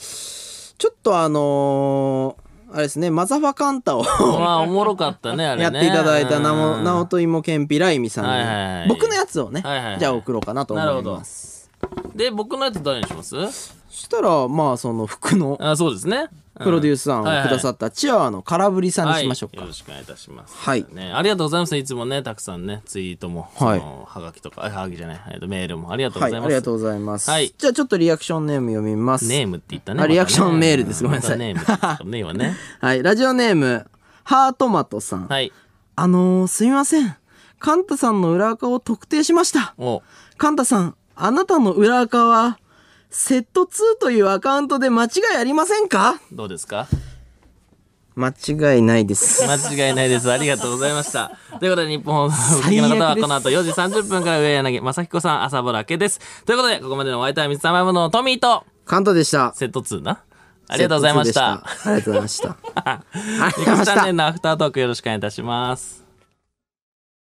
B: ちょっとあのーあれですねマザファカンタを
A: ま あ、おもろかったね、あ
B: や
A: れね。
B: っていただいたなも
A: うん
B: なおといもけんぴらいみさんに、
A: はいはいはい
B: 僕のやつをね、
A: はいはいはい
B: じゃあ送ろうかなと思
A: なる
B: い
A: ほど
B: ます
A: で、僕のやつ誰にします
B: そしたらまあその服の
A: あ、そうですね。うん
B: プロデュース案を
A: はいはい
B: くださったチアワの空振りさんにしましょう
A: は
B: か、
A: い、よろしくお願いいたします。
B: はい
A: ね、ありがとうございます。いつもね、たくさんね、ツイートも、
B: はい
A: そのはがきとか、あはがきじゃない、えっとメールもありがとうご
B: は
A: ざ
B: い、
A: います。
B: ありがとうございます。
A: はい
B: じゃあちょっとリアクションネーム読みます。
A: ネームって言ったね。
B: あ
A: またね
B: リアクションメールですごめんなさ
A: また
B: い
A: ネームって言ったね、今ね。
B: はい、ラジオネーム、ハートマトさん。
A: はい。
B: あのー、すみません。カンタさんの裏垢を特定しました。
A: お
B: カンタさん、あなたの裏垢は、セット2というアカウントで間違いありませんか
A: どうですか
B: 間違いないです。
A: 間違いないです。ありがとうございました。ということで、日本放送の
B: 最
A: の
B: 悪です
A: 方は、この後4時30分から上柳正彦さん、朝ぼらけです。ということで、ここまでのお相手は水溜りボンドのトミーと、
B: カンタでした。
A: セット2な。ありがとうございました。
B: セット2でしたありがとうございました。ありがとうござい
A: ニク
B: まし
A: スチャン
B: た
A: ネル。のアフタートークよろしくお願いいたします。